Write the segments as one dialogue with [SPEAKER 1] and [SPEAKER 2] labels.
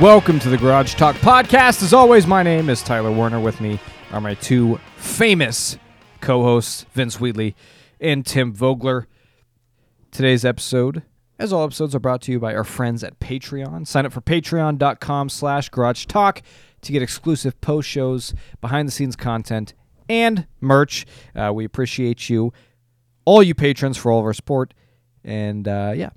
[SPEAKER 1] Welcome to the Garage Talk Podcast. As always, my name is Tyler Warner. With me are my two famous co hosts, Vince Wheatley and Tim Vogler. Today's episode, as all episodes, are brought to you by our friends at Patreon. Sign up for patreon.com slash garage talk to get exclusive post shows, behind the scenes content, and merch. Uh, we appreciate you, all you patrons, for all of our support. And uh, yeah,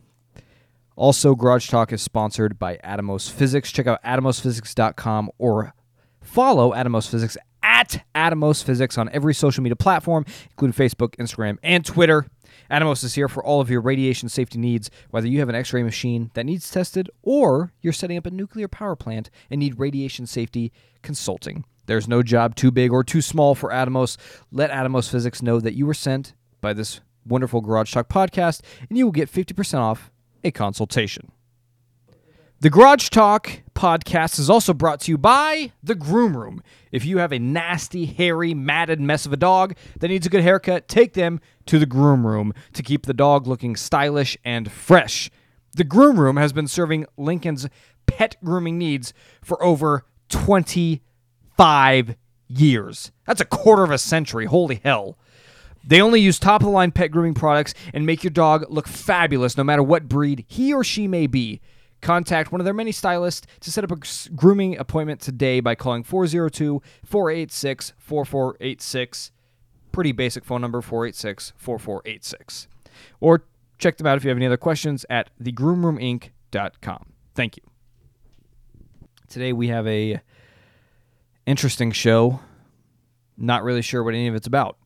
[SPEAKER 1] also, Garage Talk is sponsored by Atomos Physics. Check out atomosphysics.com or follow Atomos Physics at Atomos Physics on every social media platform, including Facebook, Instagram, and Twitter. Atomos is here for all of your radiation safety needs, whether you have an x ray machine that needs tested or you're setting up a nuclear power plant and need radiation safety consulting. There's no job too big or too small for Atomos. Let Atomos Physics know that you were sent by this wonderful Garage Talk podcast, and you will get 50% off a consultation. The Garage Talk podcast is also brought to you by The Groom Room. If you have a nasty, hairy, matted mess of a dog that needs a good haircut, take them to The Groom Room to keep the dog looking stylish and fresh. The Groom Room has been serving Lincoln's pet grooming needs for over 25 years. That's a quarter of a century. Holy hell. They only use top of the line pet grooming products and make your dog look fabulous no matter what breed he or she may be. Contact one of their many stylists to set up a s- grooming appointment today by calling 402 486 4486. Pretty basic phone number 486 4486. Or check them out if you have any other questions at thegroomroominc.com. Thank you. Today we have a interesting show. Not really sure what any of it's about.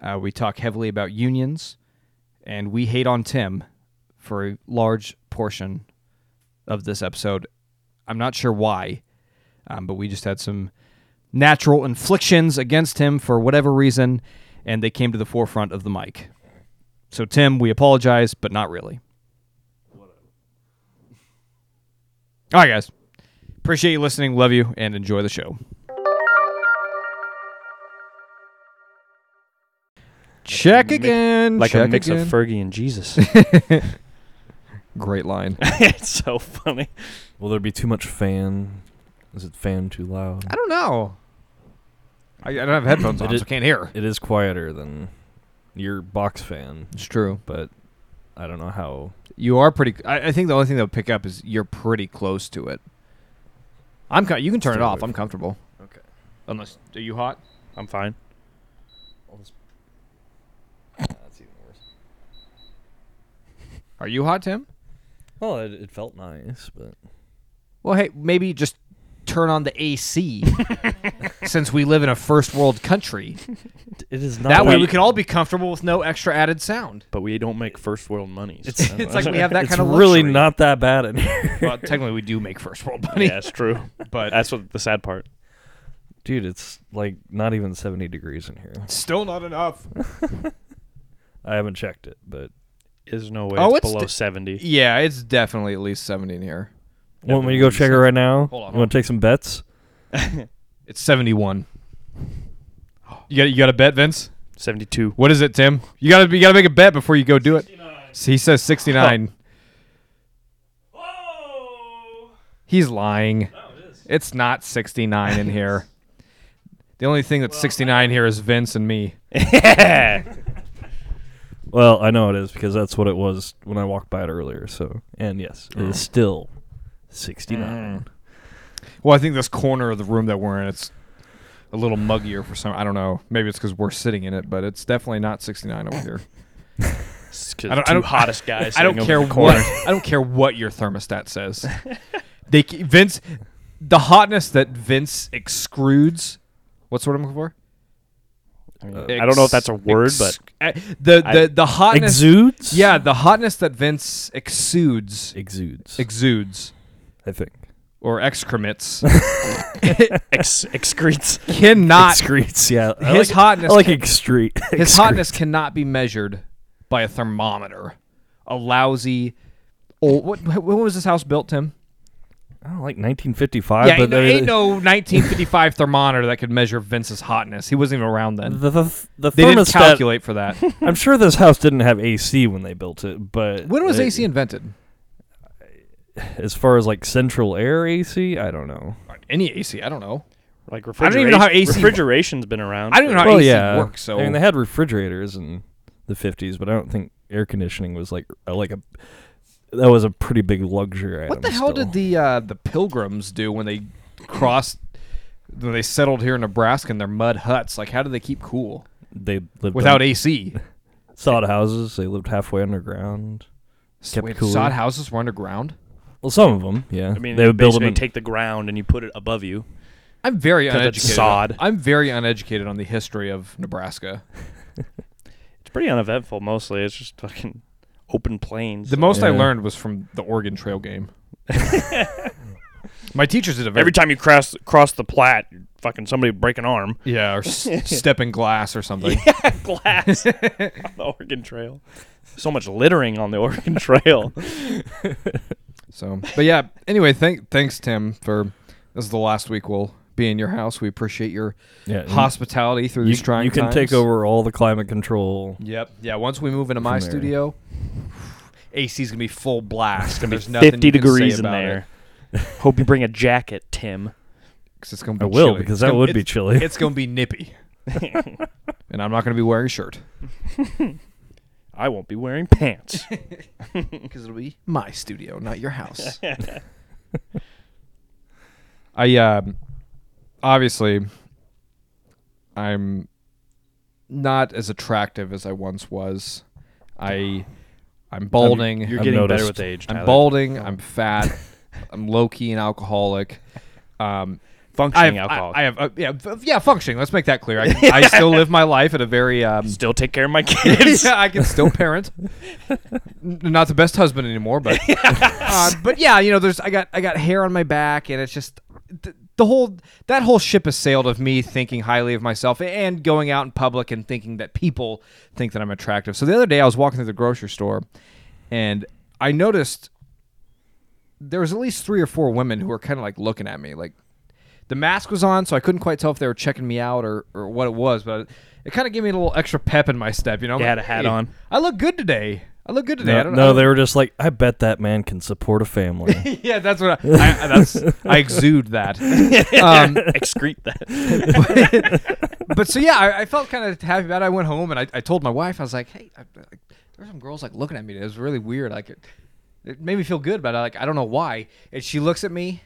[SPEAKER 1] Uh, we talk heavily about unions, and we hate on Tim for a large portion of this episode. I'm not sure why, um, but we just had some natural inflictions against him for whatever reason, and they came to the forefront of the mic. So, Tim, we apologize, but not really. All right, guys. Appreciate you listening. Love you, and enjoy the show. Check
[SPEAKER 2] mi-
[SPEAKER 1] again.
[SPEAKER 2] like a
[SPEAKER 1] check
[SPEAKER 2] mix
[SPEAKER 1] again.
[SPEAKER 2] of Fergie and Jesus.
[SPEAKER 1] Great line.
[SPEAKER 2] it's so funny.
[SPEAKER 3] Will there be too much fan? Is it fan too loud?
[SPEAKER 1] I don't know. I, I don't have headphones
[SPEAKER 3] It
[SPEAKER 1] on,
[SPEAKER 3] is-
[SPEAKER 1] so I can't hear.
[SPEAKER 3] It is quieter than your box fan,
[SPEAKER 1] It's true.
[SPEAKER 3] but I don't know how.
[SPEAKER 1] You are pretty. I, I think the only thing they'll pick up is you're pretty close to it. I'm. Co- you can turn it
[SPEAKER 3] Still
[SPEAKER 1] off.
[SPEAKER 3] with-
[SPEAKER 1] I'm comfortable.
[SPEAKER 3] Okay.
[SPEAKER 1] Unless are you hot?
[SPEAKER 2] I'm fine.
[SPEAKER 3] That's even worse.
[SPEAKER 1] Are you hot, Tim?
[SPEAKER 3] Well, it, it felt nice, but
[SPEAKER 1] Well, hey, maybe just turn on the AC. since we live in a first world country,
[SPEAKER 2] It is not.
[SPEAKER 1] that way
[SPEAKER 2] like-
[SPEAKER 1] we can all be comfortable with no extra added sound.
[SPEAKER 2] But we don't make first world money.
[SPEAKER 1] It's-
[SPEAKER 2] so-
[SPEAKER 1] it's like we have that
[SPEAKER 3] it's
[SPEAKER 1] kind of
[SPEAKER 3] really
[SPEAKER 1] luxury.
[SPEAKER 3] not that bad in here,
[SPEAKER 1] Well, technically, we do make first world money,
[SPEAKER 2] yeah, that's true.
[SPEAKER 1] but
[SPEAKER 2] That's what the sad part.
[SPEAKER 3] dude. It's like not even seventy degrees in here.
[SPEAKER 1] still not enough.
[SPEAKER 3] I haven't checked it, but
[SPEAKER 2] Is no way.
[SPEAKER 1] Oh,
[SPEAKER 2] it's,
[SPEAKER 1] it's e-
[SPEAKER 2] below
[SPEAKER 1] di-
[SPEAKER 2] seventy.
[SPEAKER 1] Yeah, it's definitely at least seventy in here.
[SPEAKER 3] want me to go check it right now?
[SPEAKER 1] Hold on,
[SPEAKER 3] You want to take some bets?
[SPEAKER 1] It's seventy-one. You got you got a bet, Vince?
[SPEAKER 2] Seventy-two.
[SPEAKER 1] What is it, Tim? You gotta you gotta make a bet before you go do it. He says sixty nine. He's lying. It's not sixty nine in here. The only thing that's sixty nine here is Vince and me.
[SPEAKER 3] Well, I know it is because that's what it was when I walked by it earlier. So, and yes, it is still sixty-nine.
[SPEAKER 1] Well, I think this corner of the room that we're in, it's a little muggier for some. I don't know. Maybe it's because we're sitting in it, but it's definitely not sixty nine over here.
[SPEAKER 2] It's 'cause
[SPEAKER 1] I don't-
[SPEAKER 2] the
[SPEAKER 1] I
[SPEAKER 2] two
[SPEAKER 1] don't-
[SPEAKER 2] hottest guys.
[SPEAKER 1] I don't
[SPEAKER 2] sitting
[SPEAKER 1] care
[SPEAKER 2] over the
[SPEAKER 1] what
[SPEAKER 2] corner.
[SPEAKER 1] I don't care what your thermostat says. They c- Vince, the hotness that Vince excrudes. What's the word I'm looking for?
[SPEAKER 2] I, mean, I don't know if that's a word, but
[SPEAKER 1] but eh, the
[SPEAKER 2] I-
[SPEAKER 1] the the hotness.
[SPEAKER 3] Exudes.
[SPEAKER 1] Yeah, the hotness that Vince exudes
[SPEAKER 3] exudes.
[SPEAKER 1] exudes
[SPEAKER 3] I think.
[SPEAKER 1] or excrements
[SPEAKER 2] ex- excretes.
[SPEAKER 1] cannot
[SPEAKER 3] excretes. Yeah, I
[SPEAKER 1] his
[SPEAKER 3] like,
[SPEAKER 1] hotness
[SPEAKER 3] I like
[SPEAKER 1] can-
[SPEAKER 3] excrete.
[SPEAKER 1] his
[SPEAKER 3] excrete.
[SPEAKER 1] hotness cannot be measured by a thermometer. A lousy old. What, wh- when was this house built, Tim?
[SPEAKER 3] I don't like 1955.
[SPEAKER 1] yeah,
[SPEAKER 3] but
[SPEAKER 1] ain't,
[SPEAKER 3] there-
[SPEAKER 1] ain't no 1955 thermometer that could measure Vince's hotness. He wasn't even around then.
[SPEAKER 3] The, the, the
[SPEAKER 1] They didn't
[SPEAKER 3] thermostat.
[SPEAKER 1] calculate for that.
[SPEAKER 3] I'm sure this house didn't have AC when they built it, but
[SPEAKER 1] when was
[SPEAKER 3] it-
[SPEAKER 1] AC invented?
[SPEAKER 3] As far as like central air AC, I don't know.
[SPEAKER 1] Any AC, I don't know.
[SPEAKER 2] Like refrigeration.
[SPEAKER 1] don't even know how AC
[SPEAKER 2] refrigeration's been around.
[SPEAKER 1] I don't even know
[SPEAKER 2] for-
[SPEAKER 1] how AC Uh, works, so
[SPEAKER 3] I mean, they had refrigerators in the fifties, but I don't think air conditioning was like uh, like a that was a pretty big luxury.
[SPEAKER 1] What the hell did the uh, the Pilgrims do when they crossed? When they settled here in Nebraska in their mud huts, like how did they keep cool
[SPEAKER 3] they lived
[SPEAKER 1] without
[SPEAKER 3] on
[SPEAKER 1] AC?
[SPEAKER 3] sod houses? They lived halfway underground. Kept
[SPEAKER 1] Wait,
[SPEAKER 3] cool.
[SPEAKER 1] sod houses were underground.
[SPEAKER 3] Well, some of them, yeah.
[SPEAKER 2] I mean,
[SPEAKER 3] they would build them.
[SPEAKER 2] basically
[SPEAKER 3] In,
[SPEAKER 2] take the ground and you put it above you.
[SPEAKER 1] I'm very
[SPEAKER 2] Cut that
[SPEAKER 1] uneducated.
[SPEAKER 2] sod.
[SPEAKER 1] I'm very uneducated on the history of Nebraska.
[SPEAKER 2] It's pretty uneventful mostly. It's just fucking open plains.
[SPEAKER 1] The most I
[SPEAKER 3] Yeah.
[SPEAKER 1] learned was from the Oregon Trail game. My teachers did a very
[SPEAKER 2] Every time you cross cross the Platte, fucking somebody would break an arm.
[SPEAKER 1] yeah, or s- step in glass or something.
[SPEAKER 2] Glass on the Oregon Trail. So much littering on the Oregon Trail.
[SPEAKER 1] So, but yeah. Anyway, thank thanks Tim for this is the last week we'll be in your house. We appreciate your
[SPEAKER 3] yeah, and
[SPEAKER 1] hospitality through
[SPEAKER 3] you,
[SPEAKER 1] these trying
[SPEAKER 3] you can
[SPEAKER 1] times.
[SPEAKER 3] take over all the climate control.
[SPEAKER 1] Yep. Yeah. Once we move into my
[SPEAKER 3] From there.
[SPEAKER 1] studio, AC is gonna be full blast. and there's nothing
[SPEAKER 2] Fifty
[SPEAKER 1] you can say
[SPEAKER 2] degrees in
[SPEAKER 1] about it,
[SPEAKER 2] there. Hope you bring a jacket, Tim.
[SPEAKER 1] 'cause it's gonna be
[SPEAKER 3] I will
[SPEAKER 1] chilly.
[SPEAKER 3] because
[SPEAKER 1] It's
[SPEAKER 3] that
[SPEAKER 1] gonna-
[SPEAKER 3] would
[SPEAKER 1] it's-
[SPEAKER 3] be chilly.
[SPEAKER 1] It's gonna be nippy, and I'm not gonna be wearing a shirt
[SPEAKER 2] I won't be wearing pants.
[SPEAKER 1] because it'll be my studio, not your house. I um, obviously, I'm not as attractive as I once was. I I'm balding.
[SPEAKER 2] You're
[SPEAKER 3] I've
[SPEAKER 2] getting better
[SPEAKER 3] noticed.
[SPEAKER 2] with age.
[SPEAKER 1] I'm
[SPEAKER 2] Tyler.
[SPEAKER 1] balding. I'm fat. I'm low key and alcoholic. Um, I have,
[SPEAKER 2] Functioning alcoholic.
[SPEAKER 1] I, I have, uh, yeah, f- yeah, functioning. Let's make that clear. I, I still live my life at a very, um,
[SPEAKER 2] Still take care of my kids.
[SPEAKER 1] yeah, I can still parent. N- Not the best husband anymore, but, uh, but yeah, you know, there's, I got, I got hair on my back, and it's just th- the whole, that whole ship has sailed of me thinking highly of myself and going out in public and thinking that people think that I'm attractive. So the other day, I was walking through the grocery store, and I noticed there was at least three or four women who were kind of like looking at me like the mask was on so i couldn't quite tell if they were checking me out or, or what it was but it kind of gave me a little extra pep in my step you know
[SPEAKER 2] You had a hat on.
[SPEAKER 1] i look good today i look good today I
[SPEAKER 3] No,
[SPEAKER 1] don't,
[SPEAKER 3] no,
[SPEAKER 1] I
[SPEAKER 3] they were just like, I bet that man can support a family.
[SPEAKER 1] don't- yeah that's what i, I that's i exude that um,
[SPEAKER 2] Excrete that.
[SPEAKER 1] but so yeah, I, I felt kind of happy about it. I went home and I, I told my wife, I was like, hey, I, like, there were some girls like looking at me. It was really weird. Like it, it made me feel good about it. Like I don't know why. And she looks at me,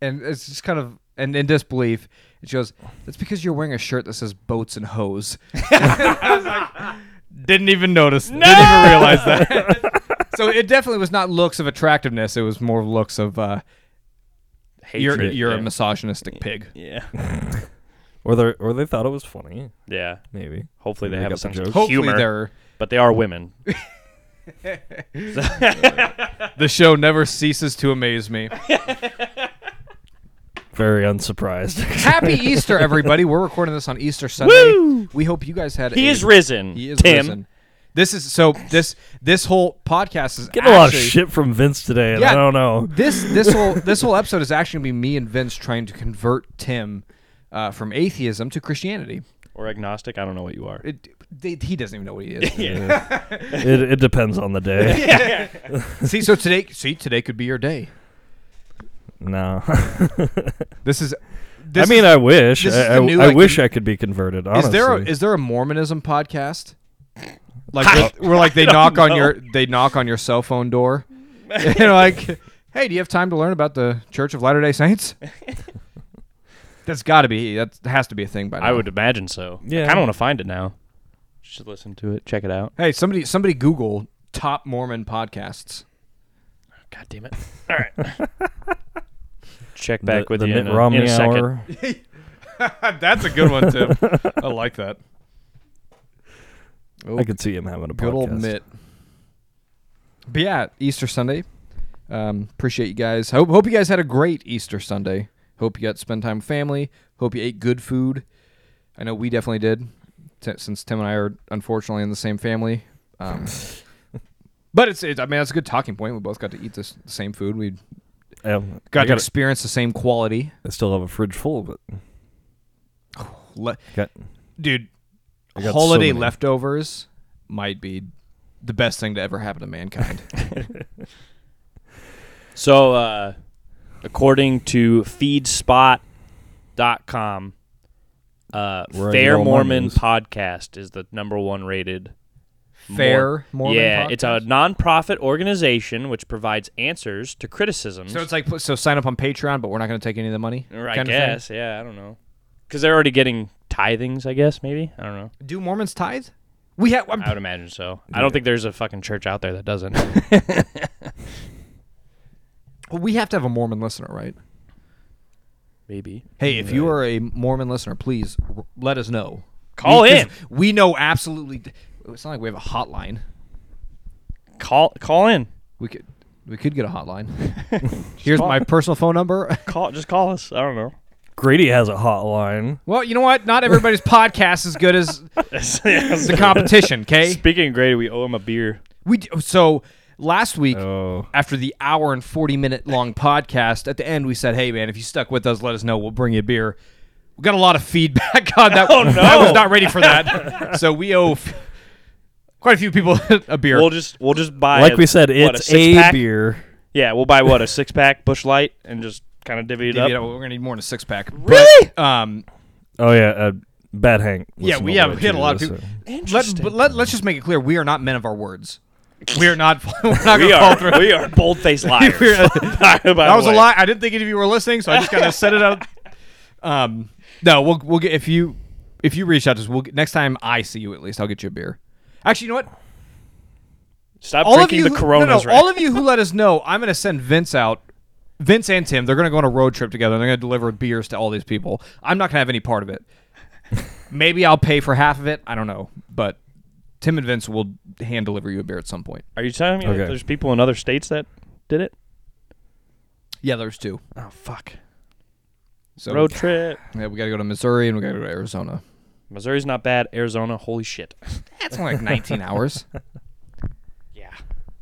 [SPEAKER 1] and it's just kind of and in disbelief. And she goes, "That's because you're wearing a shirt that says boats and hoes." I was like, didn't even notice. Didn't even realize that. so it definitely was not looks of attractiveness. It was more looks of uh, you're
[SPEAKER 2] Hatred,
[SPEAKER 1] you're
[SPEAKER 2] yeah.
[SPEAKER 1] a misogynistic pig.
[SPEAKER 2] Yeah.
[SPEAKER 3] or they or they thought it was funny,
[SPEAKER 2] Yeah.
[SPEAKER 3] maybe.
[SPEAKER 2] Hopefully they
[SPEAKER 3] Make
[SPEAKER 2] have a
[SPEAKER 3] up the
[SPEAKER 2] sense of
[SPEAKER 3] jokes.
[SPEAKER 1] Hopefully
[SPEAKER 2] humor.
[SPEAKER 1] they're
[SPEAKER 2] But they are women.
[SPEAKER 1] The show never ceases to amaze me.
[SPEAKER 3] Very unsurprised.
[SPEAKER 1] Happy Easter, everybody. We're recording this on Easter Sunday.
[SPEAKER 2] Woo!
[SPEAKER 1] We hope you guys had
[SPEAKER 2] He
[SPEAKER 1] a,
[SPEAKER 2] is risen.
[SPEAKER 1] He is
[SPEAKER 2] Tim.
[SPEAKER 1] risen. This is so this this whole podcast is
[SPEAKER 3] Getting a lot of
[SPEAKER 1] actually-
[SPEAKER 3] shit from Vince today, and
[SPEAKER 1] Yeah.
[SPEAKER 3] I don't know.
[SPEAKER 1] This this whole this whole episode is actually gonna be me and Vince trying to convert Tim uh, from atheism to Christianity.
[SPEAKER 2] Or agnostic. I don't know what you are.
[SPEAKER 1] It, they, he doesn't even know what he is.
[SPEAKER 3] It, it depends on the day.
[SPEAKER 1] see, so today see today could be your day.
[SPEAKER 3] No,
[SPEAKER 1] This is.
[SPEAKER 3] I
[SPEAKER 1] This
[SPEAKER 3] mean, I wish.
[SPEAKER 1] this
[SPEAKER 3] I,
[SPEAKER 1] is the
[SPEAKER 3] I-
[SPEAKER 1] new,
[SPEAKER 3] I
[SPEAKER 1] like,
[SPEAKER 3] wish
[SPEAKER 1] the-
[SPEAKER 3] I could be
[SPEAKER 1] is,
[SPEAKER 3] converted. Honestly,
[SPEAKER 1] is there a, is there a Mormonism podcast? Like with- where like they
[SPEAKER 2] don't
[SPEAKER 1] knock on
[SPEAKER 2] know.
[SPEAKER 1] your they knock on your cell phone door. and they're like, "Hey, do you have time to learn about the Church of Latter-day Saints?" That's got to be that has to be a thing by now.
[SPEAKER 2] I would imagine so. I
[SPEAKER 3] Yeah.
[SPEAKER 2] kind of want to find it now. Should listen to it. Check it out.
[SPEAKER 1] Hey, somebody somebody Google top Mormon podcasts.
[SPEAKER 2] God damn it. All right. Check back
[SPEAKER 3] the,
[SPEAKER 2] with
[SPEAKER 3] the
[SPEAKER 2] you
[SPEAKER 3] Mitt
[SPEAKER 2] in a,
[SPEAKER 3] Romney
[SPEAKER 2] in a second.
[SPEAKER 3] hour?
[SPEAKER 1] That's a good one, Tim. I like that. Oh,
[SPEAKER 3] I could see him having a podcast.
[SPEAKER 1] good old Mitt. But yeah, Easter Sunday. Um, appreciate you guys. Hope hope you guys had a great Easter Sunday. Hope you got to spend time with family. Hope you ate good food. I know we definitely did, t- since Tim and I are unfortunately in the same family. Um, but it's, it's I mean that's a good talking point. We both got to eat this the same food. We
[SPEAKER 3] Um, I,
[SPEAKER 1] got to
[SPEAKER 3] gotta-
[SPEAKER 1] experience the same quality.
[SPEAKER 3] I still have a fridge full of it.
[SPEAKER 1] Le-
[SPEAKER 3] Got-
[SPEAKER 1] Dude,
[SPEAKER 3] I got so
[SPEAKER 1] holiday
[SPEAKER 3] many.
[SPEAKER 1] leftovers might be the best thing to ever happen to mankind.
[SPEAKER 2] So, uh, according to feedspot.com, uh,
[SPEAKER 3] Where
[SPEAKER 2] Fair
[SPEAKER 3] your
[SPEAKER 2] Mormon
[SPEAKER 3] Mormon is.
[SPEAKER 2] Podcast is the number one rated.
[SPEAKER 1] Fair Mormon.
[SPEAKER 2] yeah, it's a
[SPEAKER 1] podcast?
[SPEAKER 2] nonprofit organization which provides answers to criticisms.
[SPEAKER 1] So it's like so sign up on Patreon, but we're not going to take any of the money.
[SPEAKER 2] Or I
[SPEAKER 1] kind of thing?
[SPEAKER 2] guess, yeah, I don't know. Because they're already getting tithings, I guess, maybe? I don't know.
[SPEAKER 1] Do Mormons tithe? We um, have.
[SPEAKER 2] I would imagine so. I don't think there's a fucking church out there that doesn't.
[SPEAKER 1] We have to have a Mormon listener, right?
[SPEAKER 2] maybe.
[SPEAKER 1] Hey, if you are a Mormon listener, please r- let us know.
[SPEAKER 2] Call
[SPEAKER 1] we, 'cause
[SPEAKER 2] in.
[SPEAKER 1] We know absolutely. oh, It's not like we have a hotline.
[SPEAKER 2] Call call in.
[SPEAKER 1] We could we could get a hotline. Here's my personal phone number.
[SPEAKER 2] Call just call us. I don't know.
[SPEAKER 3] Grady has a hotline.
[SPEAKER 1] well, you know what? Not everybody's podcast is as good as the competition. Okay,
[SPEAKER 2] Speaking of Grady, we owe him a beer.
[SPEAKER 1] we d- so last week.
[SPEAKER 3] Oh,
[SPEAKER 1] After the hour and 40 minute long podcast, at the end, we said, Hey, man, if you stuck with us, let us know. We'll bring you a beer. We got a lot of feedback on that.
[SPEAKER 2] Oh, no.
[SPEAKER 1] I was not ready for that. so we owe f- quite a few people a beer.
[SPEAKER 2] We'll just we'll just buy
[SPEAKER 3] like
[SPEAKER 2] a-
[SPEAKER 3] we said,
[SPEAKER 2] what,
[SPEAKER 3] it's
[SPEAKER 2] a, six
[SPEAKER 3] a,
[SPEAKER 2] pack?
[SPEAKER 3] beer.
[SPEAKER 2] Yeah, we'll buy what a six pack Bush Light and just kind of divvy it
[SPEAKER 1] Divvy it
[SPEAKER 2] up.
[SPEAKER 1] up. we're gonna need more than a six pack. Really? um,
[SPEAKER 3] Oh yeah, uh, Bad Hank.
[SPEAKER 1] yeah,
[SPEAKER 3] listened
[SPEAKER 1] we
[SPEAKER 3] all
[SPEAKER 1] have
[SPEAKER 3] the way
[SPEAKER 1] we had a
[SPEAKER 3] through
[SPEAKER 1] lot of
[SPEAKER 3] this,
[SPEAKER 1] people.
[SPEAKER 3] so-
[SPEAKER 1] Let, but let, let's just make it clear: we are not men of our words. We are not. We're not gonna
[SPEAKER 2] We
[SPEAKER 1] fall
[SPEAKER 2] are
[SPEAKER 1] through.
[SPEAKER 2] we are bold faced liars.
[SPEAKER 1] We're-
[SPEAKER 2] By the
[SPEAKER 1] That was a
[SPEAKER 2] way.
[SPEAKER 1] lie. I didn't think any of you were listening, so I just kind of set it up. Um, no, we'll we'll get if you if you reach out to us, we'll get- next time I see you at least, I'll get you a beer. Actually, you know what?
[SPEAKER 2] Stop
[SPEAKER 1] All of
[SPEAKER 2] drinking
[SPEAKER 1] you,
[SPEAKER 2] the
[SPEAKER 1] who- no,
[SPEAKER 2] Coronas.
[SPEAKER 1] no,
[SPEAKER 2] right
[SPEAKER 1] all of you who let us know, I'm gonna send Vince out. Vince and Tim, they're gonna go on a road trip together. and They're gonna deliver beers to all these people. I'm not gonna have any part of it. Maybe I'll pay for half of it. I don't know, but Tim and Vince will hand deliver you a beer at some point.
[SPEAKER 2] Are you telling me that
[SPEAKER 3] Okay.
[SPEAKER 2] there's people in other states that did it?
[SPEAKER 1] Yeah, there's two.
[SPEAKER 2] Oh fuck!
[SPEAKER 1] So
[SPEAKER 2] Road trip.
[SPEAKER 1] Yeah, we gotta go to Missouri and we gotta go to Arizona.
[SPEAKER 2] Missouri's not bad. Arizona, holy shit.
[SPEAKER 1] That's only like 19 hours.
[SPEAKER 2] Yeah.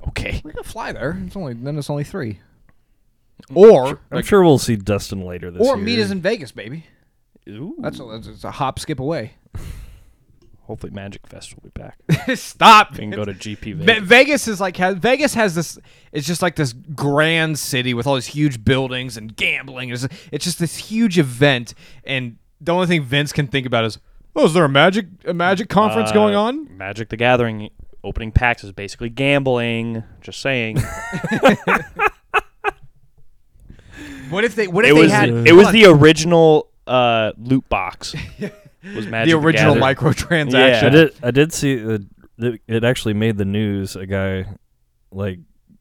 [SPEAKER 2] Okay.
[SPEAKER 1] We can fly there. Mm, It's only then it's only three. Or
[SPEAKER 3] I'm sure we'll see Dustin later this
[SPEAKER 1] or
[SPEAKER 3] year.
[SPEAKER 1] meet us in Vegas, baby.
[SPEAKER 2] Ooh.
[SPEAKER 1] That's a, that's it's a hop skip away.
[SPEAKER 2] Hopefully, Magic Fest will be back.
[SPEAKER 1] Stop.
[SPEAKER 2] We can go to GP.
[SPEAKER 1] Ve-
[SPEAKER 2] Vegas.
[SPEAKER 1] Vegas is like has, Vegas has this. It's just like this grand city with all these huge buildings and gambling. It's, it's just this huge event, and the only thing Vince can think about is, oh, is there a magic a magic conference going
[SPEAKER 2] Uh,
[SPEAKER 1] on?
[SPEAKER 2] Magic the Gathering opening packs is basically gambling. Just saying.
[SPEAKER 1] What if they? What if
[SPEAKER 2] it
[SPEAKER 1] they
[SPEAKER 2] was
[SPEAKER 1] had?
[SPEAKER 2] it was the original uh, loot box. Was Magic
[SPEAKER 1] the original
[SPEAKER 2] Gathering.
[SPEAKER 1] microtransaction.
[SPEAKER 2] Yeah.
[SPEAKER 3] I did. I did see the, the, it actually made the news. A guy, like,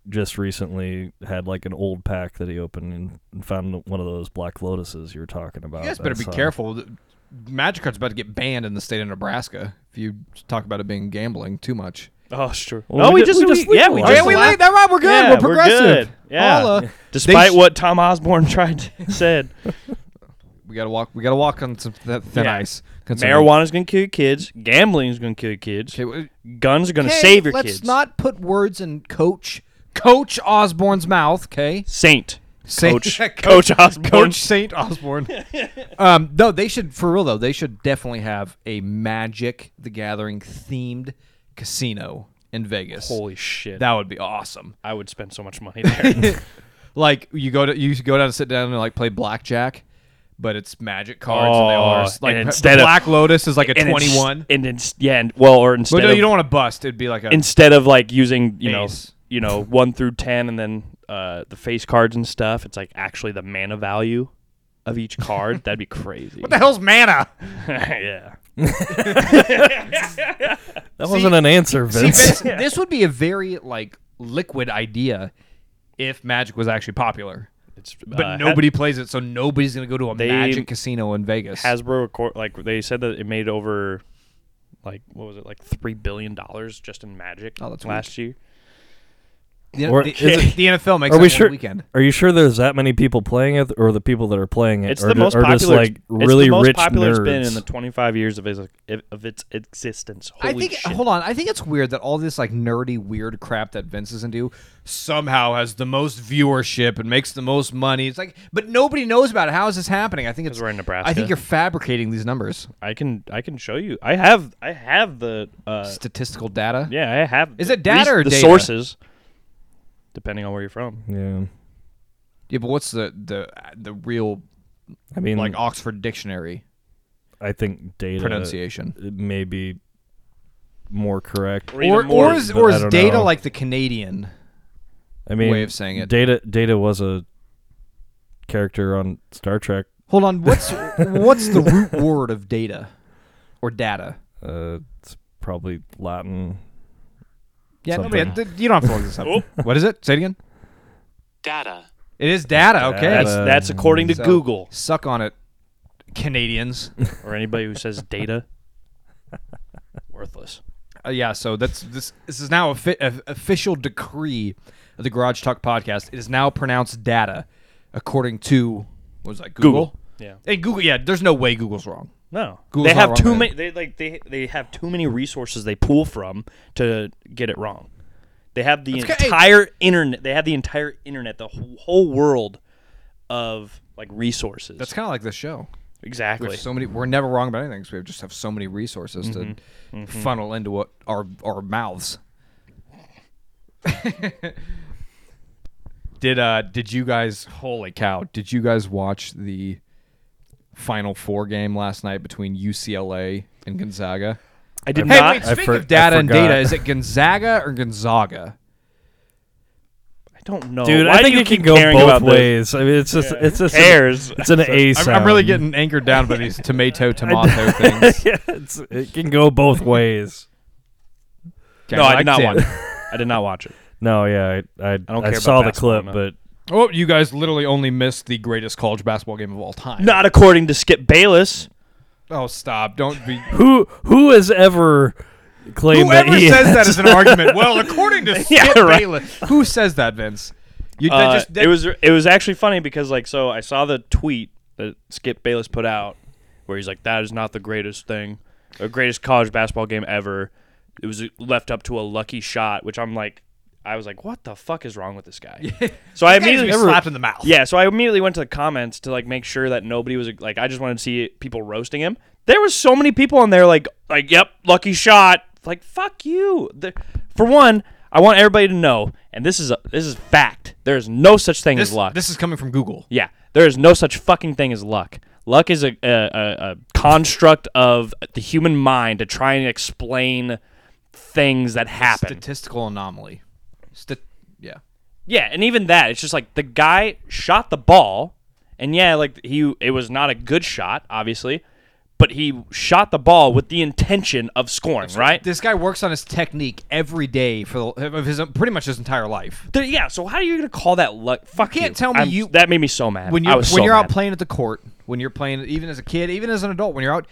[SPEAKER 3] just recently had like an old pack that he opened and, and found one of those black lotuses you were talking about.
[SPEAKER 1] You guys better
[SPEAKER 3] That's,
[SPEAKER 1] be
[SPEAKER 3] uh,
[SPEAKER 1] careful. Magikarp's about to get banned in the state of Nebraska if you talk about it being gambling too much.
[SPEAKER 2] Oh, sure.
[SPEAKER 3] Well,
[SPEAKER 2] no, we,
[SPEAKER 3] we did-
[SPEAKER 2] just,
[SPEAKER 3] we
[SPEAKER 2] just
[SPEAKER 3] just- we
[SPEAKER 2] yeah, we
[SPEAKER 3] Oh,
[SPEAKER 1] Oh,
[SPEAKER 2] just
[SPEAKER 1] yeah, we
[SPEAKER 2] laughed.
[SPEAKER 1] laid that right. We're good.
[SPEAKER 2] Yeah,
[SPEAKER 1] we're progressive.
[SPEAKER 2] good. Yeah.
[SPEAKER 1] Holla.
[SPEAKER 2] Despite
[SPEAKER 1] sh-
[SPEAKER 2] what Tom Osborne tried to said,
[SPEAKER 1] We gotta walk. We gotta walk on some th- thin
[SPEAKER 2] Yeah.
[SPEAKER 1] ice. concerning-
[SPEAKER 2] marijuana's gonna kill your kids. Gambling's gonna kill your kids.
[SPEAKER 1] Okay, w-
[SPEAKER 2] Guns are gonna
[SPEAKER 1] okay,
[SPEAKER 2] save your
[SPEAKER 1] let's
[SPEAKER 2] kids.
[SPEAKER 1] not put words in Coach Coach Osborne's mouth. Okay.
[SPEAKER 2] Saint.
[SPEAKER 1] Saint-
[SPEAKER 2] Coach.
[SPEAKER 1] Yeah,
[SPEAKER 2] Coach Osborne.
[SPEAKER 1] Coach Saint Osborne. um, no, they should for real though. They should definitely have a Magic the Gathering themed casino in Vegas.
[SPEAKER 2] Holy shit!
[SPEAKER 1] that would be awesome.
[SPEAKER 2] I would spend so much money there.
[SPEAKER 1] Like you go to you go down and sit down and like play blackjack, but it's magic cards and they all are
[SPEAKER 2] Oh,
[SPEAKER 1] like
[SPEAKER 2] and
[SPEAKER 1] the
[SPEAKER 2] instead of-
[SPEAKER 1] Black Lotus is like a twenty one.
[SPEAKER 2] And then yeah, and, well, or instead
[SPEAKER 1] But no,
[SPEAKER 2] of
[SPEAKER 1] you don't want to bust. It'd be like a
[SPEAKER 2] instead of like using you
[SPEAKER 1] Ace.
[SPEAKER 2] know you know one through ten and then uh, the face cards and stuff, it's like actually the mana value of each card. That'd be crazy.
[SPEAKER 1] what the hell's mana?
[SPEAKER 2] yeah.
[SPEAKER 3] That wasn't an answer,
[SPEAKER 1] See,
[SPEAKER 3] Vince.
[SPEAKER 1] Vince, this would be a very like liquid idea if magic was actually popular.
[SPEAKER 2] It's,
[SPEAKER 1] But
[SPEAKER 2] uh,
[SPEAKER 1] nobody plays it, so nobody's gonna go to a
[SPEAKER 2] They-
[SPEAKER 1] magic casino in Vegas.
[SPEAKER 2] Ha- Hasbro record like they said that it made over like what was it like three billion dollars just in Magic
[SPEAKER 1] Oh, that's
[SPEAKER 2] last year.
[SPEAKER 1] the,
[SPEAKER 3] or
[SPEAKER 1] the-
[SPEAKER 3] is it-
[SPEAKER 1] the NFL makes
[SPEAKER 3] Are
[SPEAKER 1] that
[SPEAKER 3] we
[SPEAKER 1] one
[SPEAKER 3] sure?
[SPEAKER 1] weekend.
[SPEAKER 3] Are you sure there's that many people playing it, or the people that are playing it
[SPEAKER 2] It's
[SPEAKER 3] are,
[SPEAKER 2] the
[SPEAKER 3] ju-
[SPEAKER 2] most
[SPEAKER 3] are
[SPEAKER 2] popular.
[SPEAKER 3] just like
[SPEAKER 2] it's
[SPEAKER 3] really
[SPEAKER 2] the most
[SPEAKER 3] rich
[SPEAKER 2] popular
[SPEAKER 3] nerds?
[SPEAKER 2] it's been in the 25 years of its of its existence. Holy
[SPEAKER 1] I think.
[SPEAKER 2] shit.
[SPEAKER 1] Hold on. I think it's weird that all this like nerdy, weird crap that Vince is into somehow has the most viewership and makes the most money. It's like, but nobody knows about it. How is this happening? I think it's
[SPEAKER 2] we're in Nebraska.
[SPEAKER 1] I think you're fabricating these numbers.
[SPEAKER 2] I can I can show you. I have I have the uh,
[SPEAKER 1] Statistical data.
[SPEAKER 2] yeah I have.
[SPEAKER 1] Is
[SPEAKER 2] the
[SPEAKER 1] it data
[SPEAKER 2] res-
[SPEAKER 1] or
[SPEAKER 2] the
[SPEAKER 1] data?
[SPEAKER 2] sources? Depending on where you're from.
[SPEAKER 3] Yeah.
[SPEAKER 1] Yeah, but what's the the the real
[SPEAKER 3] I
[SPEAKER 2] Mm.
[SPEAKER 3] mean,
[SPEAKER 1] like Oxford Dictionary
[SPEAKER 3] I think data
[SPEAKER 1] pronunciation?
[SPEAKER 3] it may be more correct.
[SPEAKER 2] Or even
[SPEAKER 1] Or,
[SPEAKER 2] more,
[SPEAKER 1] or is
[SPEAKER 3] but
[SPEAKER 1] or
[SPEAKER 3] I
[SPEAKER 1] is
[SPEAKER 3] don't
[SPEAKER 1] data
[SPEAKER 3] know.
[SPEAKER 1] like the Canadian?
[SPEAKER 3] I mean,
[SPEAKER 1] way of saying it.
[SPEAKER 3] Data data was a character on Star Trek.
[SPEAKER 1] Hold on, what's what's the root word of data or data?
[SPEAKER 3] Uh, it's probably Latin.
[SPEAKER 1] Yeah,
[SPEAKER 3] Something.
[SPEAKER 1] nobody- th- you don't have to look this up. what is it? Say it again.
[SPEAKER 4] Data.
[SPEAKER 1] It is data. Okay,
[SPEAKER 2] That's
[SPEAKER 3] Uh,
[SPEAKER 2] that's according to
[SPEAKER 1] So,
[SPEAKER 2] Google
[SPEAKER 1] Suck on it, Canadians.
[SPEAKER 2] or anybody who says data. Worthless.
[SPEAKER 1] Uh, yeah, so that's this. This is now a, fi- a official decree of the Garage Talk podcast. It is now pronounced data, according to what was that Google?
[SPEAKER 2] Yeah.
[SPEAKER 1] Hey Google, yeah. There's no way Google's wrong.
[SPEAKER 2] No.
[SPEAKER 1] Google's
[SPEAKER 2] they
[SPEAKER 1] not
[SPEAKER 2] have
[SPEAKER 1] wrong,
[SPEAKER 2] too
[SPEAKER 1] man.
[SPEAKER 2] many they like they they have too many resources they pull from to get it wrong. They have the
[SPEAKER 1] That's ca- hey.
[SPEAKER 2] entire internet. They have the entire internet, the whole, whole world of like resources.
[SPEAKER 1] That's kind of like this show. We
[SPEAKER 2] exactly.
[SPEAKER 1] have so many. We're never wrong about anything. 'cause we just have so many resources to funnel into what our our mouths. did uh did you guys? Holy cow! Did you guys watch the Final Four game last night between UCLA and Gonzaga?
[SPEAKER 2] I did
[SPEAKER 1] Hey,
[SPEAKER 2] not.
[SPEAKER 1] wait.
[SPEAKER 3] I
[SPEAKER 1] Speaking
[SPEAKER 3] for-
[SPEAKER 1] of data
[SPEAKER 3] I
[SPEAKER 1] and data,
[SPEAKER 3] forgot.
[SPEAKER 1] is it Gonzaga or Gonzaga?
[SPEAKER 2] I don't know.
[SPEAKER 3] Dude,
[SPEAKER 2] Oh, Why
[SPEAKER 3] I think
[SPEAKER 2] do you
[SPEAKER 3] it can
[SPEAKER 2] keep
[SPEAKER 3] go
[SPEAKER 2] caring
[SPEAKER 3] both
[SPEAKER 2] about this?
[SPEAKER 3] ways. I mean, it's just
[SPEAKER 2] Yeah,
[SPEAKER 3] it's
[SPEAKER 2] who
[SPEAKER 3] just
[SPEAKER 2] cares?
[SPEAKER 3] It's an A
[SPEAKER 1] I'm,
[SPEAKER 3] sound.
[SPEAKER 1] I'm really getting anchored down by these tomato tomato things.
[SPEAKER 3] yeah, it's, it can go both ways.
[SPEAKER 1] Okay,
[SPEAKER 2] No, I
[SPEAKER 1] liked
[SPEAKER 2] did not
[SPEAKER 1] it.
[SPEAKER 2] watch. It. I did not watch it.
[SPEAKER 3] No, yeah, I I, I,
[SPEAKER 2] care about
[SPEAKER 3] saw the
[SPEAKER 2] basketball,
[SPEAKER 3] clip,
[SPEAKER 2] no.
[SPEAKER 3] but
[SPEAKER 1] Oh, you guys literally only missed the greatest college basketball game of all time.
[SPEAKER 2] Not according to Skip Bayless.
[SPEAKER 1] Oh, stop! Don't be.
[SPEAKER 3] who who has ever claimed
[SPEAKER 1] Whoever
[SPEAKER 3] that he
[SPEAKER 1] says that is an argument. Well, according to Skip Bayless, who says that, Vince? You that
[SPEAKER 2] Uh,
[SPEAKER 1] just that-
[SPEAKER 2] it was it was actually funny because like so I saw the tweet that Skip Bayless put out where he's like that is not the greatest thing, the greatest college basketball game ever. It was uh, left up to a lucky shot, which I'm like, I was like, what the fuck is wrong with this guy? so I
[SPEAKER 1] That needs to
[SPEAKER 2] immediately
[SPEAKER 1] be slapped in the mouth.
[SPEAKER 2] Yeah, so I immediately went to the comments to like make sure that nobody was like I just wanted to see people roasting him. There was so many people on there like like yep, lucky shot. Like fuck you. The, for one, I want everybody to know, and this is a, this is fact. There is no such thing
[SPEAKER 1] This,
[SPEAKER 2] as luck.
[SPEAKER 1] this is coming from Google.
[SPEAKER 2] yeah, there is no such fucking thing as luck. Luck is a, a, a, a construct of the human mind to try and explain things that happen.
[SPEAKER 1] Statistical anomaly. Sti- yeah.
[SPEAKER 2] Yeah, and even that, it's just like the guy shot the ball, and yeah, like he, it was not a good shot, obviously, but he shot the ball with the intention of scoring, right?
[SPEAKER 1] This guy works on his technique every day for the, of his pretty much his entire life.
[SPEAKER 2] There- yeah. So how are you gonna call that luck? Fuck you!
[SPEAKER 1] can't tell me
[SPEAKER 2] I'm-
[SPEAKER 1] you-
[SPEAKER 2] that made me so mad.
[SPEAKER 1] When
[SPEAKER 2] I
[SPEAKER 1] you're when
[SPEAKER 2] was so
[SPEAKER 1] you're out
[SPEAKER 2] mad.
[SPEAKER 1] playing at the court, when you're playing even as a kid, even as an adult, when you're out,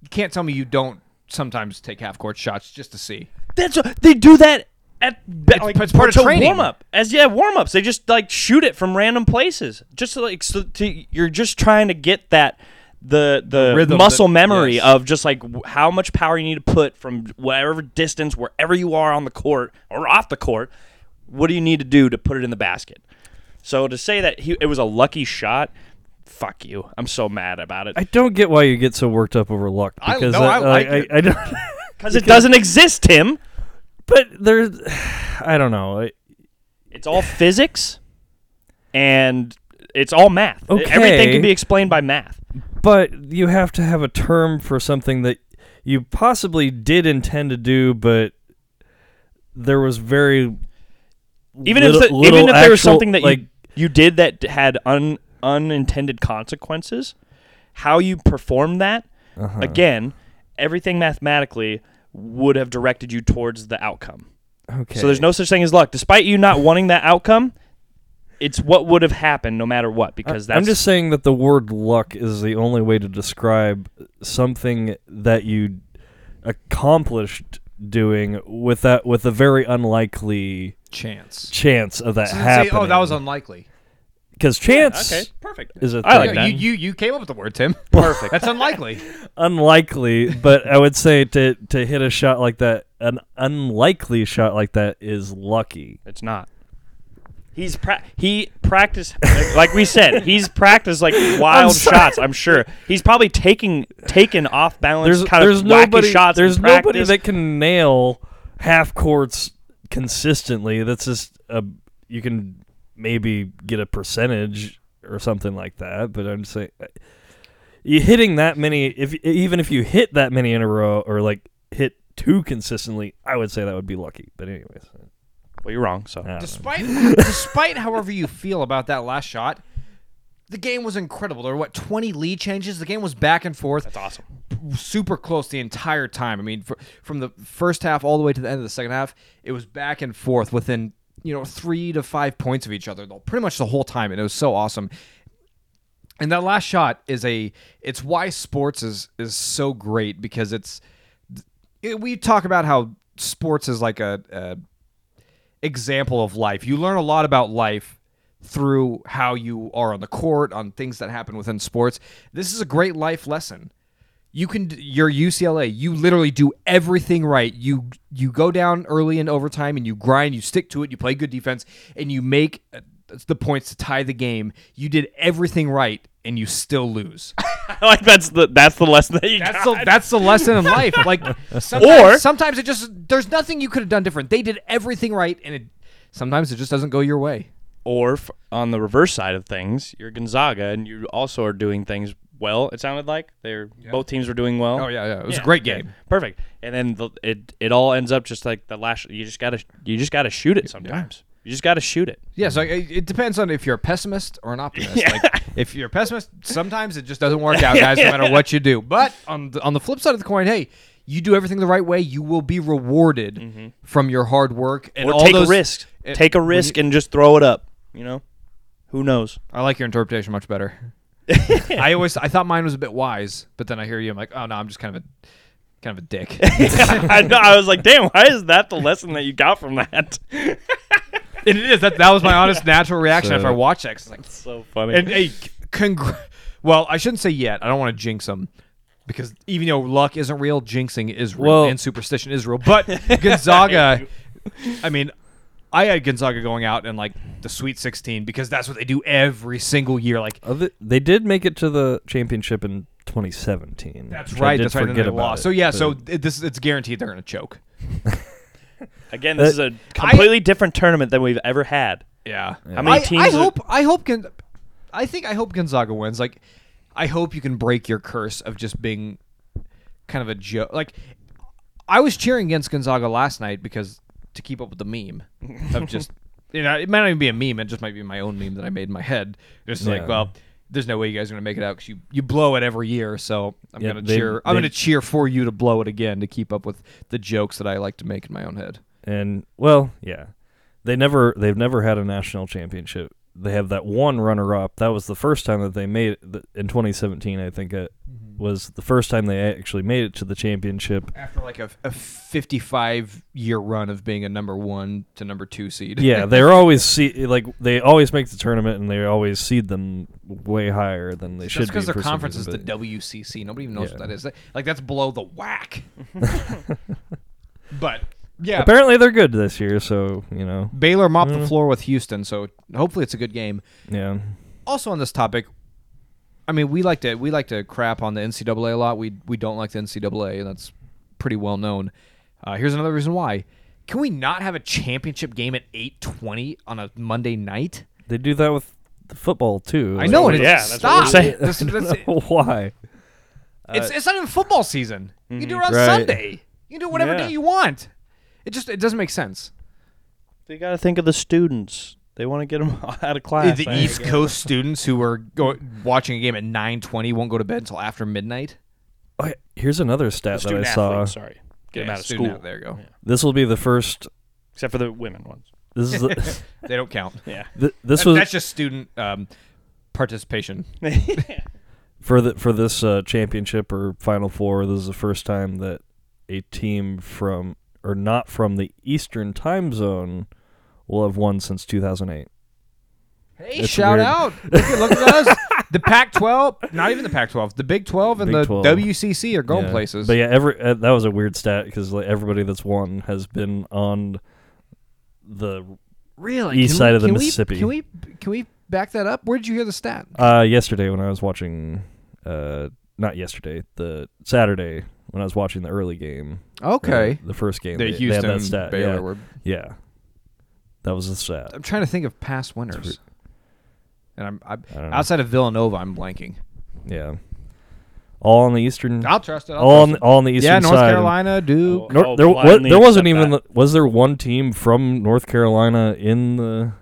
[SPEAKER 1] you can't tell me you don't sometimes take half court shots just to see.
[SPEAKER 2] That's what- they do that at be- like,
[SPEAKER 1] it's part of
[SPEAKER 2] to
[SPEAKER 1] training.
[SPEAKER 2] warm up as yeah warm ups. They just like shoot it from random places. Just to, like so to, you're just trying to get that the the
[SPEAKER 1] rhythm
[SPEAKER 2] muscle
[SPEAKER 1] that-
[SPEAKER 2] memory
[SPEAKER 1] yes.
[SPEAKER 2] of just like w- how much power you need to put from whatever distance wherever you are on the court or off the court. What do you need to do to put it in the basket? So to say that he, it was a lucky shot, fuck you. I'm so mad about it
[SPEAKER 3] I don't get why you get so worked up over luck
[SPEAKER 1] I-
[SPEAKER 3] because
[SPEAKER 1] no, I like
[SPEAKER 3] I,
[SPEAKER 1] it.
[SPEAKER 3] I don't.
[SPEAKER 2] because it doesn't exist, Tim.
[SPEAKER 3] But there's, I don't know. I-
[SPEAKER 2] It's all physics, and it's all math. E,
[SPEAKER 3] Okay.
[SPEAKER 2] Everything can be explained by math.
[SPEAKER 3] But you have to have a term for something that you possibly did intend to do, but there was very
[SPEAKER 2] Even
[SPEAKER 3] little,
[SPEAKER 2] if the,
[SPEAKER 3] little
[SPEAKER 2] even if there was
[SPEAKER 3] actual,
[SPEAKER 2] something that
[SPEAKER 3] like
[SPEAKER 2] you, you did that had un, unintended consequences, how you perform that
[SPEAKER 3] Uh-huh.
[SPEAKER 2] again, everything mathematically would have directed you towards the outcome.
[SPEAKER 3] okay,
[SPEAKER 2] So there's no such thing as luck. Despite you not wanting that outcome, it's what would have happened no matter what because that's
[SPEAKER 3] I'm just saying that the word luck is the only way to describe something that you accomplished doing with that with a very unlikely
[SPEAKER 1] Chance.
[SPEAKER 3] chance of that
[SPEAKER 1] So then say,
[SPEAKER 3] happening.
[SPEAKER 1] oh, that was unlikely.
[SPEAKER 3] because chance
[SPEAKER 2] okay, perfect.
[SPEAKER 3] is a
[SPEAKER 2] I like
[SPEAKER 3] thing.
[SPEAKER 2] that.
[SPEAKER 1] You, you you came up with the word, Tim.
[SPEAKER 2] Perfect.
[SPEAKER 1] That's unlikely.
[SPEAKER 3] unlikely, but I would say to to hit a shot like that, an unlikely shot like that is lucky.
[SPEAKER 2] It's not. He's pra- he practiced like, like we said. He's practiced like wild
[SPEAKER 3] sorry.
[SPEAKER 2] shots. I'm sure he's probably taking taken off balance
[SPEAKER 3] There's
[SPEAKER 2] kind
[SPEAKER 3] there's
[SPEAKER 2] of wacky
[SPEAKER 3] nobody
[SPEAKER 2] shots. in
[SPEAKER 3] there's nobody
[SPEAKER 2] practice.
[SPEAKER 3] that can nail half courts consistently. That's just a you can maybe get a percentage or something like that. But I'm saying uh, you hitting that many, if even if you hit that many in a row or like hit two consistently, I would say that would be lucky. But anyways,
[SPEAKER 2] Well, you're wrong. So
[SPEAKER 3] I don't know.
[SPEAKER 1] Despite despite however you feel about that last shot, the game was incredible. There were what 20 lead changes. The game was back and forth.
[SPEAKER 2] that's awesome.
[SPEAKER 1] super close the entire time. I mean, fr from the first half all the way to the end of the second half, it was back and forth within you know three to five points of each other, though, pretty much the whole time, and it was so awesome. And that last shot is a. It's why sports is is so great because it's. it- we talk about how sports is like a, a example of life. You learn a lot about life through how you are on the court, on things that happen within sports. This is a great life lesson. You can d- you're UCLA. You literally do everything right. You you go down early in overtime and you grind. You stick to it. You play good defense and you make uh, the points to tie the game. You did everything right and you still lose.
[SPEAKER 2] like that's the that's the lesson that you
[SPEAKER 1] That's
[SPEAKER 2] got.
[SPEAKER 1] the that's the lesson in life. Like sometimes,
[SPEAKER 2] Or-
[SPEAKER 1] sometimes it just there's nothing you could have done different. They did everything right, and it sometimes it just doesn't go your way.
[SPEAKER 2] or f- on the reverse side of things, you're Gonzaga, and you also are doing things well. It sounded like they're both teams were doing well.
[SPEAKER 1] Oh yeah, yeah. It was
[SPEAKER 2] Yeah,
[SPEAKER 1] a great
[SPEAKER 2] yeah,
[SPEAKER 1] game.
[SPEAKER 2] perfect. And then the, it it all ends up just like the last. You just gotta you just gotta shoot it sometimes. You just gotta shoot it.
[SPEAKER 1] Yeah, so it, it depends on if you're a pessimist or an optimist. Like if you're a pessimist, sometimes it just doesn't work out, guys, no matter what you do. But on the, on the flip side of the coin, hey, you do everything the right way, you will be rewarded from your hard work and
[SPEAKER 2] Mm-hmm. Or
[SPEAKER 1] all
[SPEAKER 2] take
[SPEAKER 1] those
[SPEAKER 2] a risk.
[SPEAKER 1] it-
[SPEAKER 2] take a risk and just throw it up. You know, who knows?
[SPEAKER 1] I like your interpretation much better. I always I thought mine was a bit wise, but then I hear you, I'm like, oh no, I'm just kind of a kind of a dick.
[SPEAKER 2] I know. I was like, damn. Why is that the lesson that you got from that?
[SPEAKER 1] it is that that was my honest natural reaction
[SPEAKER 3] So-
[SPEAKER 1] after I watched X. Like,
[SPEAKER 2] so funny.
[SPEAKER 1] And hey, c- congr- well, I shouldn't say yet. I don't want to jinx them because even though luck isn't real, jinxing is real
[SPEAKER 3] Well-
[SPEAKER 1] and superstition is real. But Gonzaga, I mean, I had Gonzaga going out in like the Sweet 16 because that's what they do every single year. Like
[SPEAKER 3] Other, they did make it to the championship in 2017.
[SPEAKER 1] that's
[SPEAKER 3] which I
[SPEAKER 1] right,
[SPEAKER 3] did
[SPEAKER 1] that's right. And then
[SPEAKER 3] forget
[SPEAKER 1] they
[SPEAKER 3] about
[SPEAKER 1] lost.
[SPEAKER 3] it,
[SPEAKER 1] so yeah,
[SPEAKER 3] but-
[SPEAKER 1] so it, this it's guaranteed they're gonna choke.
[SPEAKER 2] Again, this is a completely different tournament than we've ever had.
[SPEAKER 1] Yeah.
[SPEAKER 2] How many
[SPEAKER 1] I,
[SPEAKER 2] teams
[SPEAKER 1] I
[SPEAKER 2] are-
[SPEAKER 1] hope. I hope. Gon- I think. I hope Gonzaga wins. Like, I hope you can break your curse of just being kind of a joke. Like, I was cheering against Gonzaga last night because to keep up with the meme of just, you know, it might not even be a meme. It just might be my own meme that I made in my head. Just
[SPEAKER 3] Yeah.
[SPEAKER 1] like, well, there's no way you guys are gonna make it out because you you blow it every year. So I'm
[SPEAKER 3] Yeah,
[SPEAKER 1] gonna
[SPEAKER 3] they-
[SPEAKER 1] cheer. I'm
[SPEAKER 3] they-
[SPEAKER 1] gonna cheer for you to blow it again to keep up with the jokes that I like to make in my own head.
[SPEAKER 3] and well, yeah, they never they've never had a national championship. They have that one runner up. That was the first time that they made it th- in 2017. I think it
[SPEAKER 1] Mm-hmm.
[SPEAKER 3] was the first time they actually made it to the championship.
[SPEAKER 1] after like a, a 55 year run of being a number one to number two seed.
[SPEAKER 3] Yeah, they're always see like they always make the tournament and they always seed them way higher than they should
[SPEAKER 1] That's
[SPEAKER 3] be.
[SPEAKER 1] because their
[SPEAKER 3] for some
[SPEAKER 1] conference is
[SPEAKER 3] reason,
[SPEAKER 1] the
[SPEAKER 3] but-
[SPEAKER 1] WCC. Nobody even knows
[SPEAKER 3] Yeah.
[SPEAKER 1] what that is. That- Like that's below the whack. but yeah,
[SPEAKER 3] Apparently Mm. they're good this year, so you know,
[SPEAKER 1] Baylor mopped the floor with Houston, so hopefully it's a good game.
[SPEAKER 3] yeah.
[SPEAKER 1] Also on this topic, I mean we like to we like to crap on the NCAA a lot. We we don't like the NCAA, and that's pretty well known. Uh, here's another reason why. Can we not have a championship game at 8:20 on a Monday night?
[SPEAKER 3] They do that with the football too.
[SPEAKER 1] I
[SPEAKER 3] like-
[SPEAKER 1] know, and
[SPEAKER 2] Yeah,
[SPEAKER 1] it's,
[SPEAKER 2] that's
[SPEAKER 1] stop.
[SPEAKER 2] what we're saying.
[SPEAKER 1] This- this-
[SPEAKER 3] I don't know why.
[SPEAKER 1] it's, it's not even football season. You can do it on
[SPEAKER 3] Mm-hmm. Right.
[SPEAKER 1] Sunday. You can do it whatever
[SPEAKER 2] Yeah.
[SPEAKER 1] day you want. It just it doesn't make sense.
[SPEAKER 2] They got to think of the students. They want to get them out of class.
[SPEAKER 1] the East Coast students who are go- watching a game at nine twenty won't go to bed until after midnight.
[SPEAKER 3] Okay, here's another stat that I
[SPEAKER 2] student
[SPEAKER 3] saw.
[SPEAKER 2] athletes. Sorry, get them
[SPEAKER 1] Yeah,
[SPEAKER 2] out of
[SPEAKER 1] student
[SPEAKER 2] school.
[SPEAKER 1] ath- There you go.
[SPEAKER 3] This will be the first.
[SPEAKER 2] Except for the women ones.
[SPEAKER 3] This is the,
[SPEAKER 1] They don't count.
[SPEAKER 2] Yeah.
[SPEAKER 3] th- this
[SPEAKER 1] That-
[SPEAKER 3] was
[SPEAKER 1] that's just student um, participation.
[SPEAKER 3] for the for this uh, championship or final four. This is the first time that a team from or not from the Eastern time zone will have won since 2008.
[SPEAKER 1] Hey,
[SPEAKER 3] It's
[SPEAKER 1] shout
[SPEAKER 3] weird.
[SPEAKER 1] out! Look at, look at us. The Pac-12, not even the Pac-12, the Big 12 and
[SPEAKER 3] Big
[SPEAKER 1] the
[SPEAKER 3] 12.
[SPEAKER 1] WCC are going
[SPEAKER 3] Yeah.
[SPEAKER 1] places.
[SPEAKER 3] But yeah, every uh, that was a weird stat because like everybody that's won has been on the
[SPEAKER 1] really,
[SPEAKER 3] East
[SPEAKER 1] Can
[SPEAKER 3] side of the
[SPEAKER 1] can
[SPEAKER 3] Mississippi.
[SPEAKER 1] can we can we back that up? Where did you hear the stat?
[SPEAKER 3] Uh, yesterday when I was watching, uh, not yesterday, the Saturday when I was watching the early game. uh,
[SPEAKER 1] Okay,
[SPEAKER 3] the first game.
[SPEAKER 1] the
[SPEAKER 3] they, they had
[SPEAKER 1] Houston
[SPEAKER 3] that stat.
[SPEAKER 1] Baylor
[SPEAKER 3] yeah.
[SPEAKER 1] were
[SPEAKER 3] yeah. That was a stat.
[SPEAKER 1] I'm trying to think of past winners. And I'm, I'm
[SPEAKER 3] I don't know.
[SPEAKER 1] outside of Villanova. I'm blanking.
[SPEAKER 3] Yeah. All on the eastern.
[SPEAKER 1] I'll trust it. I'll
[SPEAKER 3] all, on,
[SPEAKER 1] trust
[SPEAKER 3] the- all on the
[SPEAKER 1] it.
[SPEAKER 3] eastern
[SPEAKER 1] yeah, North
[SPEAKER 3] side.
[SPEAKER 1] Carolina, Duke.
[SPEAKER 2] Oh,
[SPEAKER 3] Nor-
[SPEAKER 2] I'll
[SPEAKER 3] there, wa-
[SPEAKER 2] blindly
[SPEAKER 3] there wasn't
[SPEAKER 2] accept
[SPEAKER 3] even
[SPEAKER 2] that.
[SPEAKER 3] the- was there one team from North Carolina in the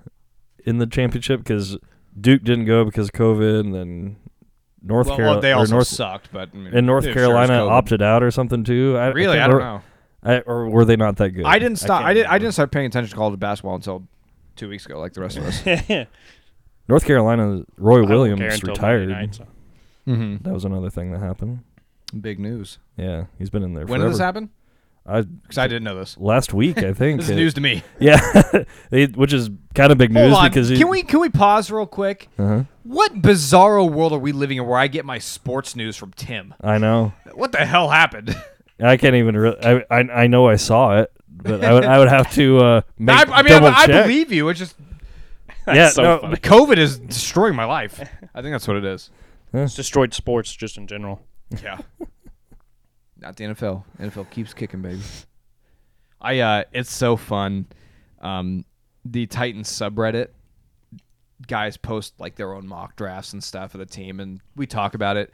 [SPEAKER 3] in the championship because Duke didn't go because of COVID and then North
[SPEAKER 1] well,
[SPEAKER 3] Carolina
[SPEAKER 1] they
[SPEAKER 3] or
[SPEAKER 1] also
[SPEAKER 3] North
[SPEAKER 1] sucked, but I mean,
[SPEAKER 3] and North
[SPEAKER 1] it sure is
[SPEAKER 3] Carolina
[SPEAKER 1] COVID.
[SPEAKER 3] opted out or something too. I,
[SPEAKER 1] Really, I
[SPEAKER 3] can't
[SPEAKER 1] don't
[SPEAKER 3] re-
[SPEAKER 1] know.
[SPEAKER 3] I, or were they not that good?
[SPEAKER 1] I didn't stop.
[SPEAKER 3] can't
[SPEAKER 1] I, did. I
[SPEAKER 3] remember.
[SPEAKER 1] didn't start paying attention to college basketball until two weeks ago, like the rest of us.
[SPEAKER 3] North Carolina. Roy Williams
[SPEAKER 2] Night,
[SPEAKER 3] retired.
[SPEAKER 2] so.
[SPEAKER 1] mm-hmm.
[SPEAKER 3] That was another thing that happened.
[SPEAKER 1] Big news.
[SPEAKER 3] Yeah, he's been in there.
[SPEAKER 1] When did this
[SPEAKER 3] forever.
[SPEAKER 1] happen?
[SPEAKER 3] I
[SPEAKER 1] Because I didn't know this.
[SPEAKER 3] last week I think.
[SPEAKER 1] This is
[SPEAKER 3] it-
[SPEAKER 1] news to me.
[SPEAKER 3] Yeah, They- which is kind of big news
[SPEAKER 1] Hold on.
[SPEAKER 3] because he-
[SPEAKER 1] Can we can we pause real quick?
[SPEAKER 3] Uh-huh.
[SPEAKER 1] What bizarro world are we living in where I get my sports news from Tim?
[SPEAKER 3] I know.
[SPEAKER 1] What the hell happened?
[SPEAKER 3] I can't even. Re- I, I I know I saw it, but I would I would have to uh, make.
[SPEAKER 1] I, I mean,
[SPEAKER 3] double
[SPEAKER 1] I, I
[SPEAKER 3] check.
[SPEAKER 1] believe you. It's just
[SPEAKER 3] yeah,
[SPEAKER 2] so
[SPEAKER 3] no,
[SPEAKER 2] funny.
[SPEAKER 1] COVID is destroying my life. I think that's what it is.
[SPEAKER 2] It's destroyed sports just in general.
[SPEAKER 1] Yeah. Not the NFL. NFL keeps kicking, baby. I uh it's so fun. Um the Titans subreddit guys post like their own mock drafts and stuff of the team and we talk about it.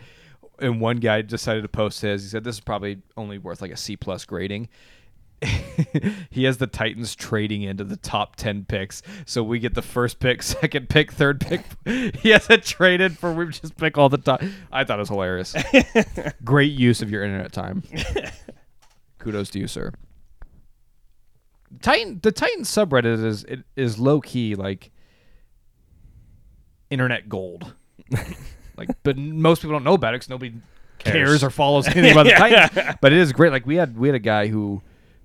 [SPEAKER 1] And one guy decided to post his. He said this is probably only worth like a C plus grading. he has the Titans trading into the top ten picks, so we get the first pick, second pick, third pick. he has it traded for we just pick all the time. I thought it was hilarious. Great use of your internet time. Kudos to you, sir. Titan the Titan subreddit is it is low key like internet gold. like but most people don't know about it cuz nobody cares. or follows anything about the Titans. But it is great. Like we had we had a guy who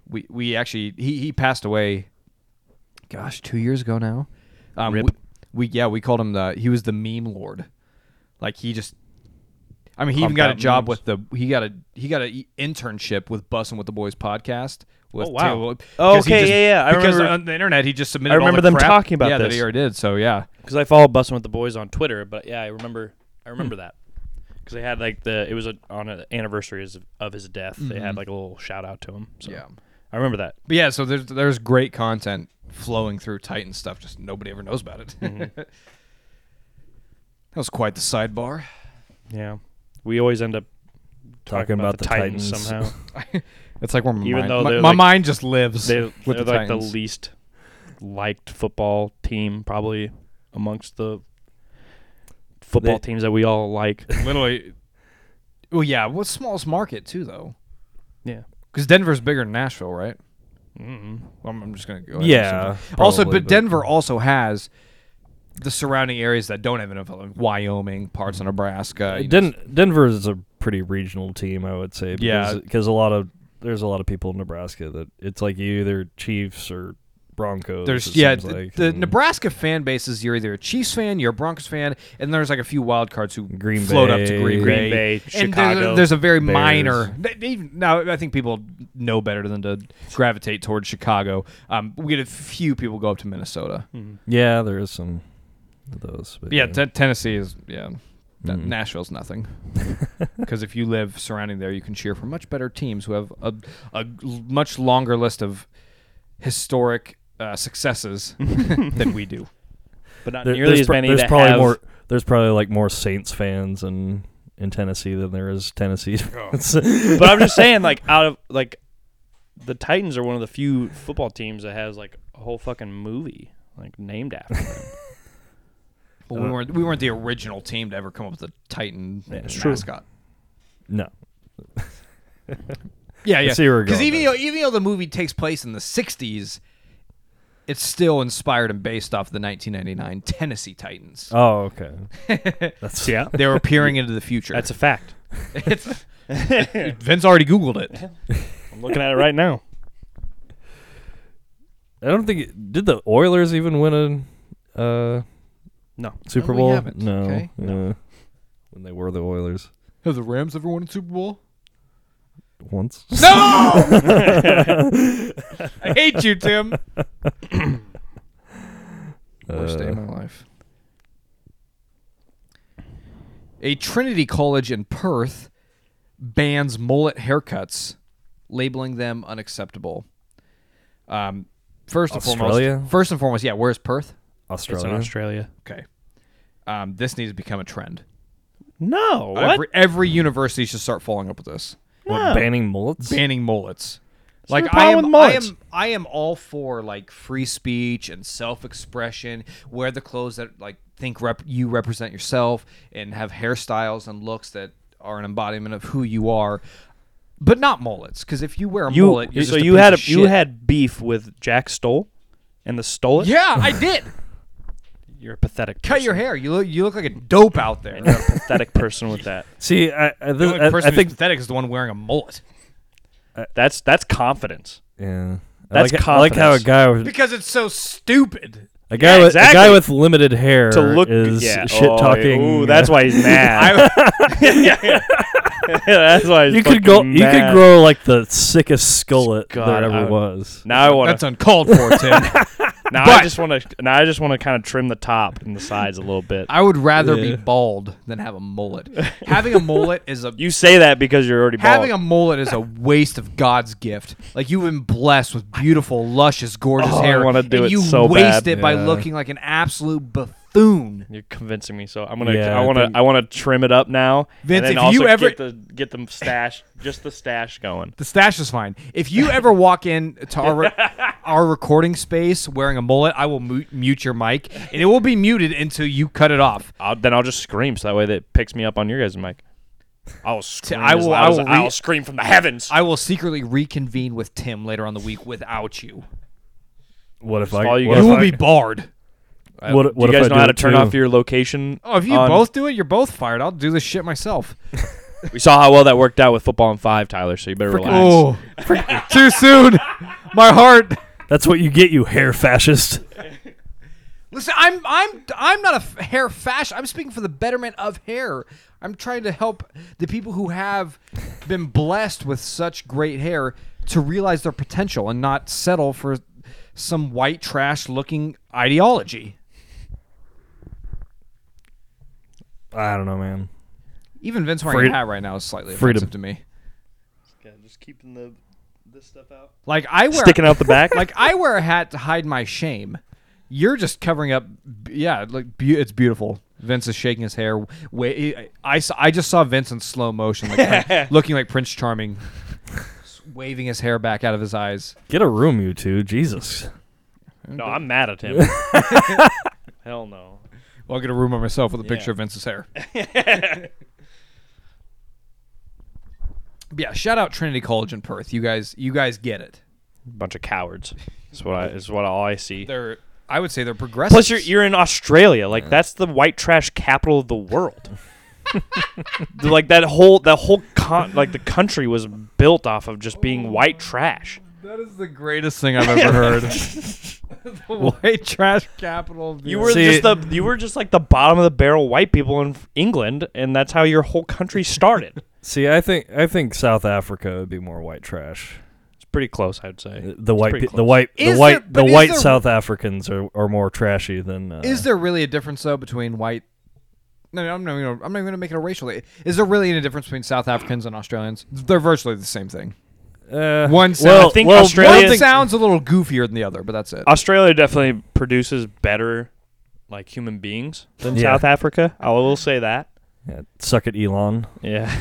[SPEAKER 1] we we actually he he passed away gosh, 2 years ago now. Um
[SPEAKER 2] Rip.
[SPEAKER 1] We, we yeah, we called him the he was the meme lord. Like he just I mean, he even
[SPEAKER 2] Pumped
[SPEAKER 1] got a
[SPEAKER 2] out
[SPEAKER 1] job
[SPEAKER 2] memes.
[SPEAKER 1] with the he got a he got an internship with Bussin' with the Boys podcast. With
[SPEAKER 2] Oh, wow.
[SPEAKER 1] Taylor Williams.
[SPEAKER 2] Oh,
[SPEAKER 1] Because he
[SPEAKER 2] okay,
[SPEAKER 1] just-
[SPEAKER 2] yeah, yeah, I
[SPEAKER 1] because
[SPEAKER 2] remember-
[SPEAKER 1] on the internet he just submitted.
[SPEAKER 2] I
[SPEAKER 1] all the
[SPEAKER 2] remember them
[SPEAKER 1] crap-
[SPEAKER 2] talking about
[SPEAKER 1] yeah, that
[SPEAKER 2] this.
[SPEAKER 1] he already did. So yeah,
[SPEAKER 2] Because I follow Bustin' with the Boys on Twitter, but yeah, I remember. I remember
[SPEAKER 1] Hmm.
[SPEAKER 2] that. 'Cause that. Because they had like the it was a, on an anniversary of- of his death. They had like a little shout out to him. So
[SPEAKER 1] Mm-hmm. Yeah.
[SPEAKER 2] I remember that.
[SPEAKER 1] but yeah, so there's there's great content flowing through Titan stuff. Just nobody ever knows about it.
[SPEAKER 2] Mm-hmm.
[SPEAKER 1] that was quite the sidebar.
[SPEAKER 2] Yeah, we always end up
[SPEAKER 3] Talking
[SPEAKER 2] talking, about,
[SPEAKER 3] about
[SPEAKER 2] the,
[SPEAKER 3] the
[SPEAKER 2] Titans,
[SPEAKER 3] Titans.
[SPEAKER 2] somehow.
[SPEAKER 1] It's like where my
[SPEAKER 2] Even
[SPEAKER 1] mind,
[SPEAKER 2] though
[SPEAKER 1] my,
[SPEAKER 2] they're
[SPEAKER 1] my
[SPEAKER 2] like-
[SPEAKER 1] mind just lives
[SPEAKER 2] they,
[SPEAKER 1] with
[SPEAKER 2] they're
[SPEAKER 1] the
[SPEAKER 2] like
[SPEAKER 1] Titans.
[SPEAKER 2] the least liked football team probably amongst the football
[SPEAKER 3] They-
[SPEAKER 2] teams that we all like.
[SPEAKER 1] Literally, well, yeah, what smallest market too though,
[SPEAKER 2] yeah.
[SPEAKER 1] because Denver's bigger than Nashville, right?
[SPEAKER 2] mm
[SPEAKER 1] Well, I'm, I'm just gonna go. ahead and
[SPEAKER 3] Yeah.
[SPEAKER 1] assume that. also,
[SPEAKER 3] probably,
[SPEAKER 1] but Denver also has the surrounding areas that don't have NFL, like Wyoming, parts
[SPEAKER 3] Mm-hmm.
[SPEAKER 1] of Nebraska. you know,
[SPEAKER 3] Den- Denver is a pretty regional team, I would say.
[SPEAKER 1] Yeah.
[SPEAKER 3] Because, because a lot of there's a lot of people in Nebraska that it's like you either Chiefs or Broncos.
[SPEAKER 1] There's
[SPEAKER 3] it
[SPEAKER 1] yeah,
[SPEAKER 3] seems
[SPEAKER 1] th-
[SPEAKER 3] like, hmm.
[SPEAKER 1] the
[SPEAKER 3] and
[SPEAKER 1] Nebraska fan base is you're either a Chiefs fan, you're a Broncos fan, and there's like a few wild cards who
[SPEAKER 3] Green
[SPEAKER 1] float up to
[SPEAKER 3] Bay.
[SPEAKER 1] Green,
[SPEAKER 2] Green Bay,
[SPEAKER 1] and there-
[SPEAKER 2] Chicago,
[SPEAKER 1] there's a very
[SPEAKER 3] Bears.
[SPEAKER 1] minor. they- they even- Now I think people know better than to gravitate towards Chicago. Um, we get a few people go up to Minnesota.
[SPEAKER 2] Mm-hmm.
[SPEAKER 3] yeah, there is some of those. But
[SPEAKER 1] Yeah, T- Tennessee is yeah. That-
[SPEAKER 3] Mhm.
[SPEAKER 1] Nashville's nothing because if you live surrounding there, you can cheer for much better teams who have a, a l- much longer list of historic uh, successes than we do.
[SPEAKER 2] but not
[SPEAKER 3] There-
[SPEAKER 2] nearly
[SPEAKER 3] there's
[SPEAKER 2] as
[SPEAKER 3] pr-
[SPEAKER 2] many
[SPEAKER 3] there's
[SPEAKER 2] that
[SPEAKER 3] probably
[SPEAKER 2] have.
[SPEAKER 3] more. There's probably like more Saints fans in in Tennessee than there is Tennessee.
[SPEAKER 1] Oh.
[SPEAKER 3] fans.
[SPEAKER 2] but I'm just saying, like out of like, the Titans are one of the few football teams that has like a whole fucking movie like named after them.
[SPEAKER 1] But we weren't we weren't the original team to ever come up with a Titan
[SPEAKER 3] it's true.
[SPEAKER 1] mascot.
[SPEAKER 3] no,
[SPEAKER 1] Yeah,
[SPEAKER 3] I
[SPEAKER 1] yeah.
[SPEAKER 3] see where you're going
[SPEAKER 1] even
[SPEAKER 3] with
[SPEAKER 1] though, even though the movie takes place in the '60s, it's still inspired and based off the 1999 Tennessee Titans.
[SPEAKER 3] Oh, okay. That's
[SPEAKER 2] yeah,
[SPEAKER 1] they were peering into the future.
[SPEAKER 2] that's a fact.
[SPEAKER 1] it's, Vince already googled it.
[SPEAKER 2] I'm looking at it right now.
[SPEAKER 3] I don't think it, did the Oilers even win a uh,
[SPEAKER 2] No,
[SPEAKER 3] Super
[SPEAKER 1] we
[SPEAKER 3] Bowl?
[SPEAKER 1] haven't,
[SPEAKER 3] No,
[SPEAKER 1] okay.
[SPEAKER 3] uh, when they were the Oilers
[SPEAKER 1] Have the Rams ever won a Super Bowl?
[SPEAKER 3] once.
[SPEAKER 1] No! I hate you, Tim. Worst day of my life. A Trinity College in Perth bans mullet haircuts, labeling them unacceptable. Um, first and
[SPEAKER 3] Australia?
[SPEAKER 1] foremost, first and foremost, yeah. Where's Perth?
[SPEAKER 2] It's in
[SPEAKER 3] Australia.
[SPEAKER 2] Australia.
[SPEAKER 1] Okay. Um, this needs to become a trend.
[SPEAKER 2] No. What?
[SPEAKER 1] Every, every university should start following up with this,
[SPEAKER 3] What, banning mullets?
[SPEAKER 1] banning mullets.
[SPEAKER 2] there a
[SPEAKER 1] I
[SPEAKER 2] problem
[SPEAKER 1] am,
[SPEAKER 2] with
[SPEAKER 1] I
[SPEAKER 2] mullets?
[SPEAKER 1] am, I am all for like free speech and self-expression. Wear the clothes that like think rep- you represent yourself, and have hairstyles and looks that are an embodiment of who you are. But not mullets, because if you wear a
[SPEAKER 2] you,
[SPEAKER 1] mullet, you're
[SPEAKER 2] so
[SPEAKER 1] just a
[SPEAKER 2] you
[SPEAKER 1] piece
[SPEAKER 2] had
[SPEAKER 1] of
[SPEAKER 2] a, you
[SPEAKER 1] shit.
[SPEAKER 2] had beef with Jack Stoll and the Stoll.
[SPEAKER 1] yeah, I did.
[SPEAKER 2] You're a pathetic.
[SPEAKER 1] Cut
[SPEAKER 2] person.
[SPEAKER 1] your hair. You look you look like a dope out there.
[SPEAKER 2] And you're a pathetic person with that.
[SPEAKER 3] See, I, I,
[SPEAKER 1] The
[SPEAKER 3] this,
[SPEAKER 1] only
[SPEAKER 3] I,
[SPEAKER 1] person
[SPEAKER 3] I
[SPEAKER 1] who's
[SPEAKER 3] think.
[SPEAKER 1] pathetic is the one wearing a mullet
[SPEAKER 3] Uh,
[SPEAKER 2] That's that's confidence.
[SPEAKER 3] Yeah. I
[SPEAKER 2] That's
[SPEAKER 3] like, I like how a
[SPEAKER 2] confidence.
[SPEAKER 3] guy with
[SPEAKER 1] because it's so stupid.
[SPEAKER 3] a guy
[SPEAKER 2] Yeah,
[SPEAKER 3] with
[SPEAKER 2] exactly.
[SPEAKER 3] a guy with limited hair
[SPEAKER 2] To look
[SPEAKER 3] is
[SPEAKER 2] yeah.
[SPEAKER 3] shit
[SPEAKER 2] Oh,
[SPEAKER 3] talking.
[SPEAKER 2] Ooh, that's why he's mad.
[SPEAKER 1] I,
[SPEAKER 2] that's why he's
[SPEAKER 3] you could
[SPEAKER 2] fucking
[SPEAKER 3] go. You
[SPEAKER 2] mad.
[SPEAKER 3] could grow like the sickest skullet
[SPEAKER 2] God,
[SPEAKER 3] there ever
[SPEAKER 2] I-
[SPEAKER 3] was.
[SPEAKER 2] Now I want
[SPEAKER 1] that's
[SPEAKER 2] to.
[SPEAKER 1] uncalled for, Tim.
[SPEAKER 2] Now I
[SPEAKER 1] but-
[SPEAKER 2] just want to. Now I just want to kind of trim the top and the sides a little bit.
[SPEAKER 1] I would rather be
[SPEAKER 3] Yeah.
[SPEAKER 1] bald than have a mullet. having a mullet is a
[SPEAKER 2] You say that because you're already bald.
[SPEAKER 1] having a mullet is a waste of God's gift. Like you've been blessed with beautiful, luscious, gorgeous
[SPEAKER 2] Oh, I
[SPEAKER 1] hair,
[SPEAKER 2] wanna do
[SPEAKER 1] and
[SPEAKER 2] it
[SPEAKER 1] you
[SPEAKER 2] so
[SPEAKER 1] waste
[SPEAKER 2] bad.
[SPEAKER 1] it by
[SPEAKER 3] Yeah.
[SPEAKER 1] looking like an absolute buffoon.
[SPEAKER 2] You're convincing me, so I'm gonna.
[SPEAKER 3] Yeah,
[SPEAKER 2] I
[SPEAKER 3] I
[SPEAKER 2] want to.
[SPEAKER 3] think-
[SPEAKER 2] I want to trim it up now.
[SPEAKER 1] Vince,
[SPEAKER 2] and then
[SPEAKER 1] if
[SPEAKER 2] also
[SPEAKER 1] you ever-
[SPEAKER 2] get the get the stash, just the stash going.
[SPEAKER 1] The stash is fine. If you ever walk in to our, our recording space wearing a mullet, I will mu- mute your mic, and it will be muted until you cut it off.
[SPEAKER 2] I'll, then I'll just scream, so that way that picks me up on your guys' mic. I'll scream.
[SPEAKER 1] I
[SPEAKER 2] as
[SPEAKER 1] will-
[SPEAKER 2] loud
[SPEAKER 1] I
[SPEAKER 2] as-
[SPEAKER 1] will re-
[SPEAKER 2] I'll scream from the heavens.
[SPEAKER 1] I will secretly reconvene with Tim later on the week without you.
[SPEAKER 3] What if
[SPEAKER 2] all
[SPEAKER 3] I?
[SPEAKER 2] you
[SPEAKER 3] What
[SPEAKER 2] guys
[SPEAKER 1] You will
[SPEAKER 3] if I,
[SPEAKER 1] be barred.
[SPEAKER 3] what-
[SPEAKER 2] Do
[SPEAKER 3] what
[SPEAKER 2] you
[SPEAKER 3] if
[SPEAKER 2] guys
[SPEAKER 3] I
[SPEAKER 2] know
[SPEAKER 3] do
[SPEAKER 2] how to
[SPEAKER 3] it
[SPEAKER 2] turn
[SPEAKER 3] too?
[SPEAKER 2] off your location?
[SPEAKER 1] Oh, if you
[SPEAKER 2] on-
[SPEAKER 1] both do it, you're both fired. I'll do this shit myself.
[SPEAKER 2] we saw how well that worked out with football in five, Tyler. So you better relax.
[SPEAKER 1] Oh, too soon. My heart.
[SPEAKER 3] That's what you get, you hair fascist.
[SPEAKER 1] Listen, I'm I'm I'm not a f- hair fashion. I'm speaking for the betterment of hair. I'm trying to help the people who have been blessed with such great hair to realize their potential and not settle for some white trash looking ideology.
[SPEAKER 3] I don't know, man.
[SPEAKER 1] Even Vince wearing
[SPEAKER 3] Freed-
[SPEAKER 1] a hat right now is slightly
[SPEAKER 3] freedom.
[SPEAKER 1] offensive to me.
[SPEAKER 2] just keeping the this stuff out.
[SPEAKER 1] Like I wear
[SPEAKER 2] Sticking out the back.
[SPEAKER 1] like I wear a hat to hide my shame. You're just covering up. Yeah, like be- it's beautiful. Vince is shaking his hair. Way I, saw, I just saw Vince in slow motion, like, Prin- looking like Prince Charming, s- waving his hair back out of his eyes.
[SPEAKER 3] Get a room, you two. Jesus.
[SPEAKER 2] no, I'm mad at him. Hell no.
[SPEAKER 1] Well, I'll get a room by myself with a
[SPEAKER 2] Yeah.
[SPEAKER 1] picture of Vince's hair. But yeah, shout out Trinity College in Perth. You guys, you guys get it.
[SPEAKER 2] Bunch of cowards. That's what I. Is what all I see.
[SPEAKER 1] They're, I would say they're progressive.
[SPEAKER 2] Plus, you're you're in Australia. Like that's the white trash capital of the world. like that whole that whole con- like the country was built off of just being white trash.
[SPEAKER 1] That is the greatest thing I've ever heard. the white trash capital. Of the
[SPEAKER 2] You were
[SPEAKER 3] See-
[SPEAKER 2] just the you were just like the bottom of the barrel white people in England, and that's how your whole country started.
[SPEAKER 3] See, I think I think South Africa would be more white trash.
[SPEAKER 2] it's pretty close, I'd say.
[SPEAKER 3] The white,
[SPEAKER 2] pretty
[SPEAKER 3] pe- the
[SPEAKER 2] close.
[SPEAKER 3] white, the
[SPEAKER 1] Is
[SPEAKER 3] white,
[SPEAKER 1] there-
[SPEAKER 3] the
[SPEAKER 1] but is
[SPEAKER 3] white
[SPEAKER 1] there-
[SPEAKER 3] South Africans are, are more trashy than. Uh,
[SPEAKER 1] Is there really a difference though between white? No, no, I'm not. Gonna, I'm not going to make it a racial. Is there really any difference between South Africans and Australians? They're virtually the same thing.
[SPEAKER 3] uh,
[SPEAKER 1] One sound,
[SPEAKER 3] Well,
[SPEAKER 2] I think
[SPEAKER 3] well,
[SPEAKER 2] Australia-
[SPEAKER 1] one
[SPEAKER 2] thing-
[SPEAKER 1] sounds a little goofier than the other, but that's it.
[SPEAKER 2] Australia definitely produces better like human beings than
[SPEAKER 3] Yeah.
[SPEAKER 2] South Africa. I will say that.
[SPEAKER 3] Yeah, suck it, Elon.
[SPEAKER 2] Yeah,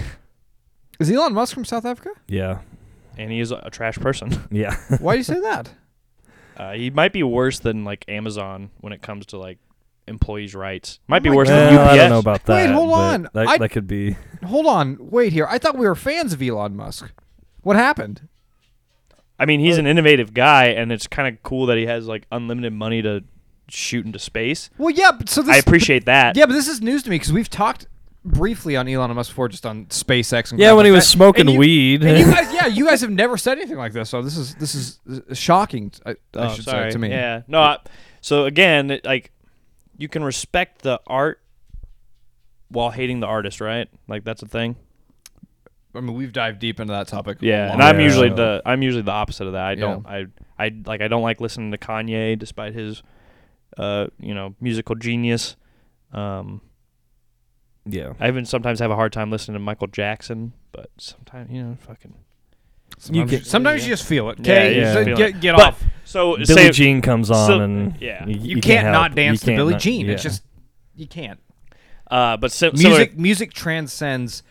[SPEAKER 1] Is Elon Musk from South Africa?
[SPEAKER 3] Yeah,
[SPEAKER 2] and he is a trash person.
[SPEAKER 3] yeah.
[SPEAKER 1] Why do you say that?
[SPEAKER 2] Uh, he might be worse than like Amazon when it comes to like employees' rights. Might be
[SPEAKER 1] Oh my
[SPEAKER 2] worse than
[SPEAKER 3] Well,
[SPEAKER 2] UPS.
[SPEAKER 3] Uh, I don't know about that.
[SPEAKER 1] Wait, hold
[SPEAKER 3] but
[SPEAKER 1] on.
[SPEAKER 3] That,
[SPEAKER 1] I-
[SPEAKER 3] that could be.
[SPEAKER 1] Hold on, wait here. I thought we were fans of Elon Musk. What happened?
[SPEAKER 2] I mean, he's an innovative guy, and it's kind of cool that he has like unlimited money to shoot into space.
[SPEAKER 1] Well, yeah. But so this,
[SPEAKER 2] I appreciate that.
[SPEAKER 1] Yeah, but this is news to me because we've talked briefly on Elon Musk before, just on SpaceX. And
[SPEAKER 3] Yeah,
[SPEAKER 1] crap
[SPEAKER 3] when
[SPEAKER 1] like
[SPEAKER 3] he was
[SPEAKER 1] that.
[SPEAKER 3] smoking
[SPEAKER 1] And you-
[SPEAKER 3] weed.
[SPEAKER 1] And you guys, yeah, you guys have never said anything like this, so this is this is uh, shocking. I, I
[SPEAKER 2] Oh,
[SPEAKER 1] should
[SPEAKER 2] sorry.
[SPEAKER 1] say to me.
[SPEAKER 2] Yeah. No. I, so again, it, like, you can respect the art while hating the artist, right? Like that's a thing.
[SPEAKER 1] I mean, we've dived deep into that topic. a
[SPEAKER 2] Yeah,
[SPEAKER 1] lot.
[SPEAKER 2] and I'm
[SPEAKER 3] Yeah.
[SPEAKER 2] usually the I'm usually the opposite of that. I
[SPEAKER 1] Yeah.
[SPEAKER 2] don't I I like I don't like listening to Kanye despite his uh you know musical genius. Um,
[SPEAKER 3] yeah.
[SPEAKER 2] I even sometimes have a hard time listening to Michael Jackson, but sometimes you know fucking
[SPEAKER 1] Sometimes,
[SPEAKER 3] You
[SPEAKER 1] you,
[SPEAKER 3] get-
[SPEAKER 1] sometimes you just feel it. Okay,
[SPEAKER 2] Yeah,
[SPEAKER 3] yeah.
[SPEAKER 1] So
[SPEAKER 2] Feel
[SPEAKER 1] get
[SPEAKER 2] it.
[SPEAKER 1] get
[SPEAKER 2] But-
[SPEAKER 1] off.
[SPEAKER 2] So
[SPEAKER 3] Billie
[SPEAKER 2] say,
[SPEAKER 3] Jean comes on
[SPEAKER 2] so-
[SPEAKER 3] and
[SPEAKER 2] yeah.
[SPEAKER 3] y-
[SPEAKER 2] You
[SPEAKER 1] You,
[SPEAKER 3] can't,
[SPEAKER 1] can't,
[SPEAKER 3] help.
[SPEAKER 1] not
[SPEAKER 3] You
[SPEAKER 1] dance to
[SPEAKER 3] can't
[SPEAKER 1] Billie
[SPEAKER 3] not-
[SPEAKER 1] Jean. It's
[SPEAKER 3] yeah.
[SPEAKER 1] just you can't.
[SPEAKER 2] uh, but sim- similar,
[SPEAKER 1] Music music transcends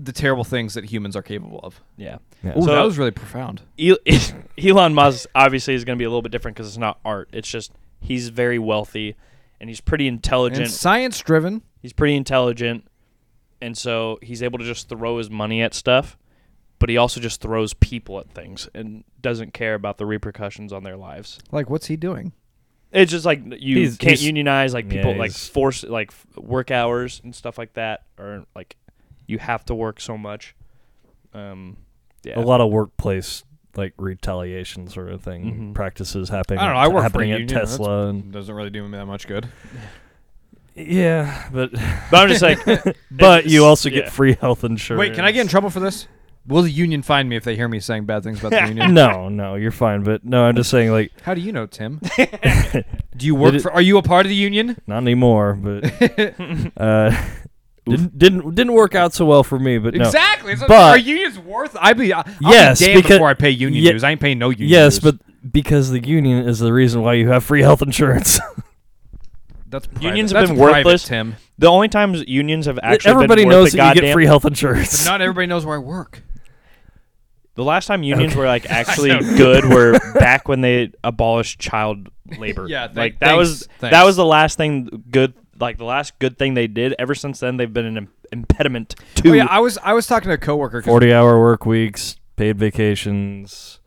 [SPEAKER 1] the terrible things that humans are capable of.
[SPEAKER 2] yeah.
[SPEAKER 3] Yeah.
[SPEAKER 1] Ooh,
[SPEAKER 2] So-
[SPEAKER 1] that was really profound.
[SPEAKER 2] El- Elon Musk obviously is going to be a little bit different because it's not art. It's just he's very wealthy, and he's pretty
[SPEAKER 1] And
[SPEAKER 2] intelligent.
[SPEAKER 1] science driven.
[SPEAKER 2] he's pretty intelligent, and so he's able to just throw his money at stuff. But he also just throws people at things and doesn't care about the repercussions on their lives.
[SPEAKER 1] Like what's he doing?
[SPEAKER 2] It's just like you
[SPEAKER 3] He's-
[SPEAKER 2] can't
[SPEAKER 3] he's-
[SPEAKER 2] unionize like
[SPEAKER 3] yeah,
[SPEAKER 2] people like
[SPEAKER 3] he's-
[SPEAKER 2] force like f- work hours and stuff like that, or like you have to work so much. Um, yeah,
[SPEAKER 3] a lot of workplace like retaliation sort of thing
[SPEAKER 2] Mhm.
[SPEAKER 3] practices happening.
[SPEAKER 1] Mm-hmm. I don't know.
[SPEAKER 3] at-
[SPEAKER 1] I work for a
[SPEAKER 3] happening at
[SPEAKER 1] union, that's-
[SPEAKER 3] Tesla. And,
[SPEAKER 1] Doesn't really do me that much good.
[SPEAKER 3] yeah, but
[SPEAKER 2] But I'm just like,
[SPEAKER 3] but
[SPEAKER 2] it's-
[SPEAKER 3] you also get
[SPEAKER 2] yeah.
[SPEAKER 3] free health insurance.
[SPEAKER 1] Wait, can I get in trouble for this? Will the union find me if they hear me saying bad things about the union?
[SPEAKER 3] no, no, you're fine. But no, I'm just saying like
[SPEAKER 1] How do you know, Tim? do you work
[SPEAKER 3] Did it-
[SPEAKER 1] for? Are you a part of the union?
[SPEAKER 3] not anymore. But uh, didn't, didn't didn't work out so well for me. But no.
[SPEAKER 1] Exactly. It's-
[SPEAKER 3] But-
[SPEAKER 1] are unions worth? I be. I'll
[SPEAKER 3] Yes,
[SPEAKER 1] Be damned
[SPEAKER 3] because-
[SPEAKER 1] before I pay union
[SPEAKER 3] Ye-
[SPEAKER 1] dues, I ain't paying no union.
[SPEAKER 3] Yes,
[SPEAKER 1] dues.
[SPEAKER 3] but because the union is the reason why you have free health insurance.
[SPEAKER 1] that's private.
[SPEAKER 2] Unions have
[SPEAKER 1] that's
[SPEAKER 2] been
[SPEAKER 1] private,
[SPEAKER 2] worthless.
[SPEAKER 1] Tim.
[SPEAKER 2] The only times unions have actually
[SPEAKER 3] E, Everybody
[SPEAKER 2] been worth
[SPEAKER 3] knows
[SPEAKER 2] the
[SPEAKER 3] that you
[SPEAKER 2] goddamn-
[SPEAKER 3] get free health
[SPEAKER 1] But
[SPEAKER 3] insurance.
[SPEAKER 1] not everybody knows where I work.
[SPEAKER 2] The last time unions were like actually good were back when they abolished child labor.
[SPEAKER 1] Yeah, thank-
[SPEAKER 2] like that was
[SPEAKER 1] thanks, thanks.
[SPEAKER 2] that was the last thing good like the last good thing they did. Ever since then, they've been an im- impediment to.
[SPEAKER 1] Oh, yeah, I was I was talking to a coworker. 'cause,
[SPEAKER 3] Forty-hour work weeks, paid vacations.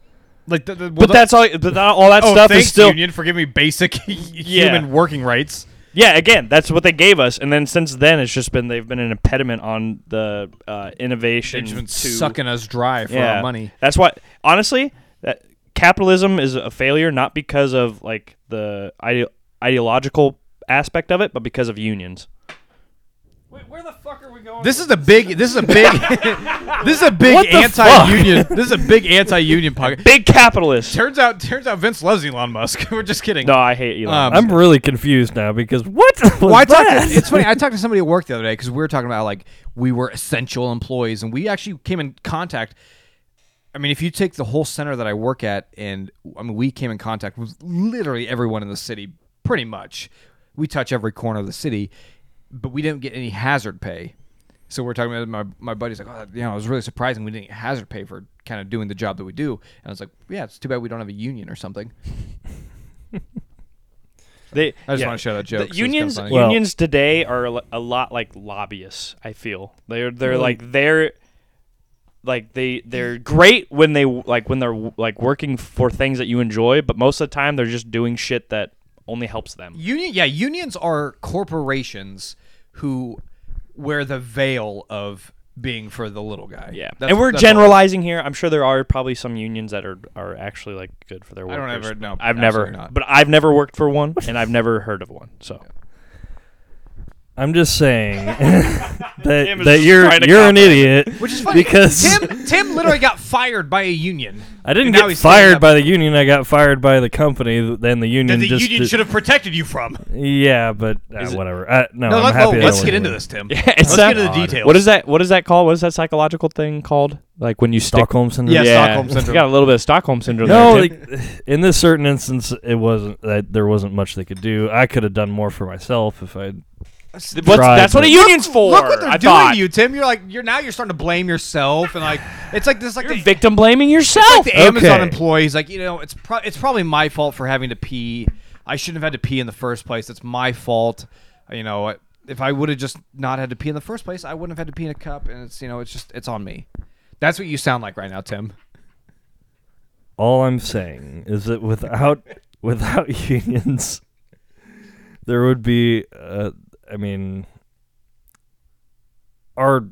[SPEAKER 1] like, the, the, well,
[SPEAKER 2] but
[SPEAKER 1] the-
[SPEAKER 2] that's all. But that, all that
[SPEAKER 1] oh,
[SPEAKER 2] stuff
[SPEAKER 1] thanks,
[SPEAKER 2] is still.
[SPEAKER 1] union for giving me basic human working rights.
[SPEAKER 2] Yeah, again, that's what they gave us, and then since then, it's just been they've been an impediment on the uh, innovation.
[SPEAKER 1] They've just been
[SPEAKER 2] to,
[SPEAKER 1] sucking us dry for our money.
[SPEAKER 2] That's why, honestly, that capitalism is a failure not because of like the ide- ideological aspect of it, but because of unions.
[SPEAKER 1] This is a big. This is a big. this is a big
[SPEAKER 3] the
[SPEAKER 1] anti-union. This is a big anti-union pocket.
[SPEAKER 2] Big capitalists.
[SPEAKER 1] Turns out, turns out, Vince loves Elon Musk. We're just kidding.
[SPEAKER 2] No, I hate Elon.
[SPEAKER 1] Um,
[SPEAKER 2] Musk.
[SPEAKER 3] I'm really confused now because what? Was
[SPEAKER 1] Well, I talked.
[SPEAKER 3] that?
[SPEAKER 1] it's funny. I talked to somebody at work the other day because we were talking about like we were essential employees, and we actually came in contact. I mean, if you take the whole center that I work at, and I mean, we came in contact with literally everyone in the city, pretty much. We touch every corner of the city, but we didn't get any hazard pay. So we're talking about my my buddy's like, oh, you know, it was really surprising we didn't get hazard pay for kind of doing the job that we do. And I was like, yeah, it's too bad we don't have a union or something.
[SPEAKER 2] they,
[SPEAKER 1] I just wanna share that joke,
[SPEAKER 2] The
[SPEAKER 1] 'cause it's kinda
[SPEAKER 2] unions,
[SPEAKER 1] funny.
[SPEAKER 3] Well-
[SPEAKER 2] unions today are a lo- a lot like lobbyists. I feel they're they're like they're like they they're great when they like when they're like working for things that you enjoy, but most of the time they're just doing shit that only helps them.
[SPEAKER 1] Union, yeah, unions are corporations who wear the veil of being for the little guy.
[SPEAKER 2] Yeah,
[SPEAKER 1] That's-
[SPEAKER 2] and we're
[SPEAKER 1] that's all.
[SPEAKER 2] generalizing here. I'm sure there are probably some unions that are are actually like good for their workers.
[SPEAKER 1] don't ever- no,
[SPEAKER 2] I've never,
[SPEAKER 1] absolutely not.
[SPEAKER 2] but I've never worked for one, and I've never heard of one. So
[SPEAKER 3] I'm just saying that,
[SPEAKER 2] is
[SPEAKER 3] that
[SPEAKER 2] just
[SPEAKER 3] you're
[SPEAKER 2] trying to
[SPEAKER 3] you're an
[SPEAKER 2] compliment.
[SPEAKER 3] idiot.
[SPEAKER 1] Which is funny
[SPEAKER 3] because
[SPEAKER 1] Tim Tim literally got fired by a union.
[SPEAKER 3] I didn't
[SPEAKER 1] and now
[SPEAKER 3] get
[SPEAKER 1] he's standing
[SPEAKER 3] fired
[SPEAKER 1] up
[SPEAKER 3] by the union. I got fired by the company. th- Then the
[SPEAKER 1] that
[SPEAKER 3] union
[SPEAKER 1] the
[SPEAKER 3] just
[SPEAKER 1] union
[SPEAKER 3] did-
[SPEAKER 1] should have protected you from.
[SPEAKER 3] Yeah, but uh,
[SPEAKER 2] Is it-
[SPEAKER 3] whatever. I, no,
[SPEAKER 1] No,
[SPEAKER 3] I'm
[SPEAKER 1] let's,
[SPEAKER 3] happy.
[SPEAKER 1] well,
[SPEAKER 3] I
[SPEAKER 1] let's get
[SPEAKER 3] went with
[SPEAKER 1] into
[SPEAKER 3] it.
[SPEAKER 1] this, Tim.
[SPEAKER 2] Yeah, it's
[SPEAKER 1] let's
[SPEAKER 2] that
[SPEAKER 1] get into the
[SPEAKER 3] odd.
[SPEAKER 1] details.
[SPEAKER 2] what is that? What is that called? What is that psychological thing called? Like when you stick.
[SPEAKER 3] Stockholm syndrome.
[SPEAKER 1] Yeah,
[SPEAKER 2] yeah,
[SPEAKER 1] Stockholm syndrome.
[SPEAKER 2] You got a little bit of Stockholm syndrome.
[SPEAKER 3] No,
[SPEAKER 2] there, Tim.
[SPEAKER 3] like in this certain instance, it wasn't that there wasn't much they could do. I could have done more for myself if I.
[SPEAKER 2] What's-
[SPEAKER 3] tried,
[SPEAKER 2] that's what a
[SPEAKER 3] but-
[SPEAKER 2] union's for.
[SPEAKER 1] Look what they're
[SPEAKER 2] I
[SPEAKER 1] doing
[SPEAKER 2] thought.
[SPEAKER 1] to you, Tim. You're like you're now you're starting to blame yourself and like it's like this like
[SPEAKER 2] You're
[SPEAKER 1] the-
[SPEAKER 2] victim blaming
[SPEAKER 1] like
[SPEAKER 2] yourself. Oh.
[SPEAKER 1] the Amazon
[SPEAKER 3] Okay.
[SPEAKER 1] employees, like you know, it's pro- it's probably my fault for having to pee. I shouldn't have had to pee in the first place. It's my fault. You know, if I would have just not had to pee in the first place, I wouldn't have had to pee in a cup. And it's you know, it's just it's on me. That's what you sound like right now, Tim.
[SPEAKER 3] All I'm saying is that without without unions, there would be. Uh, I mean, our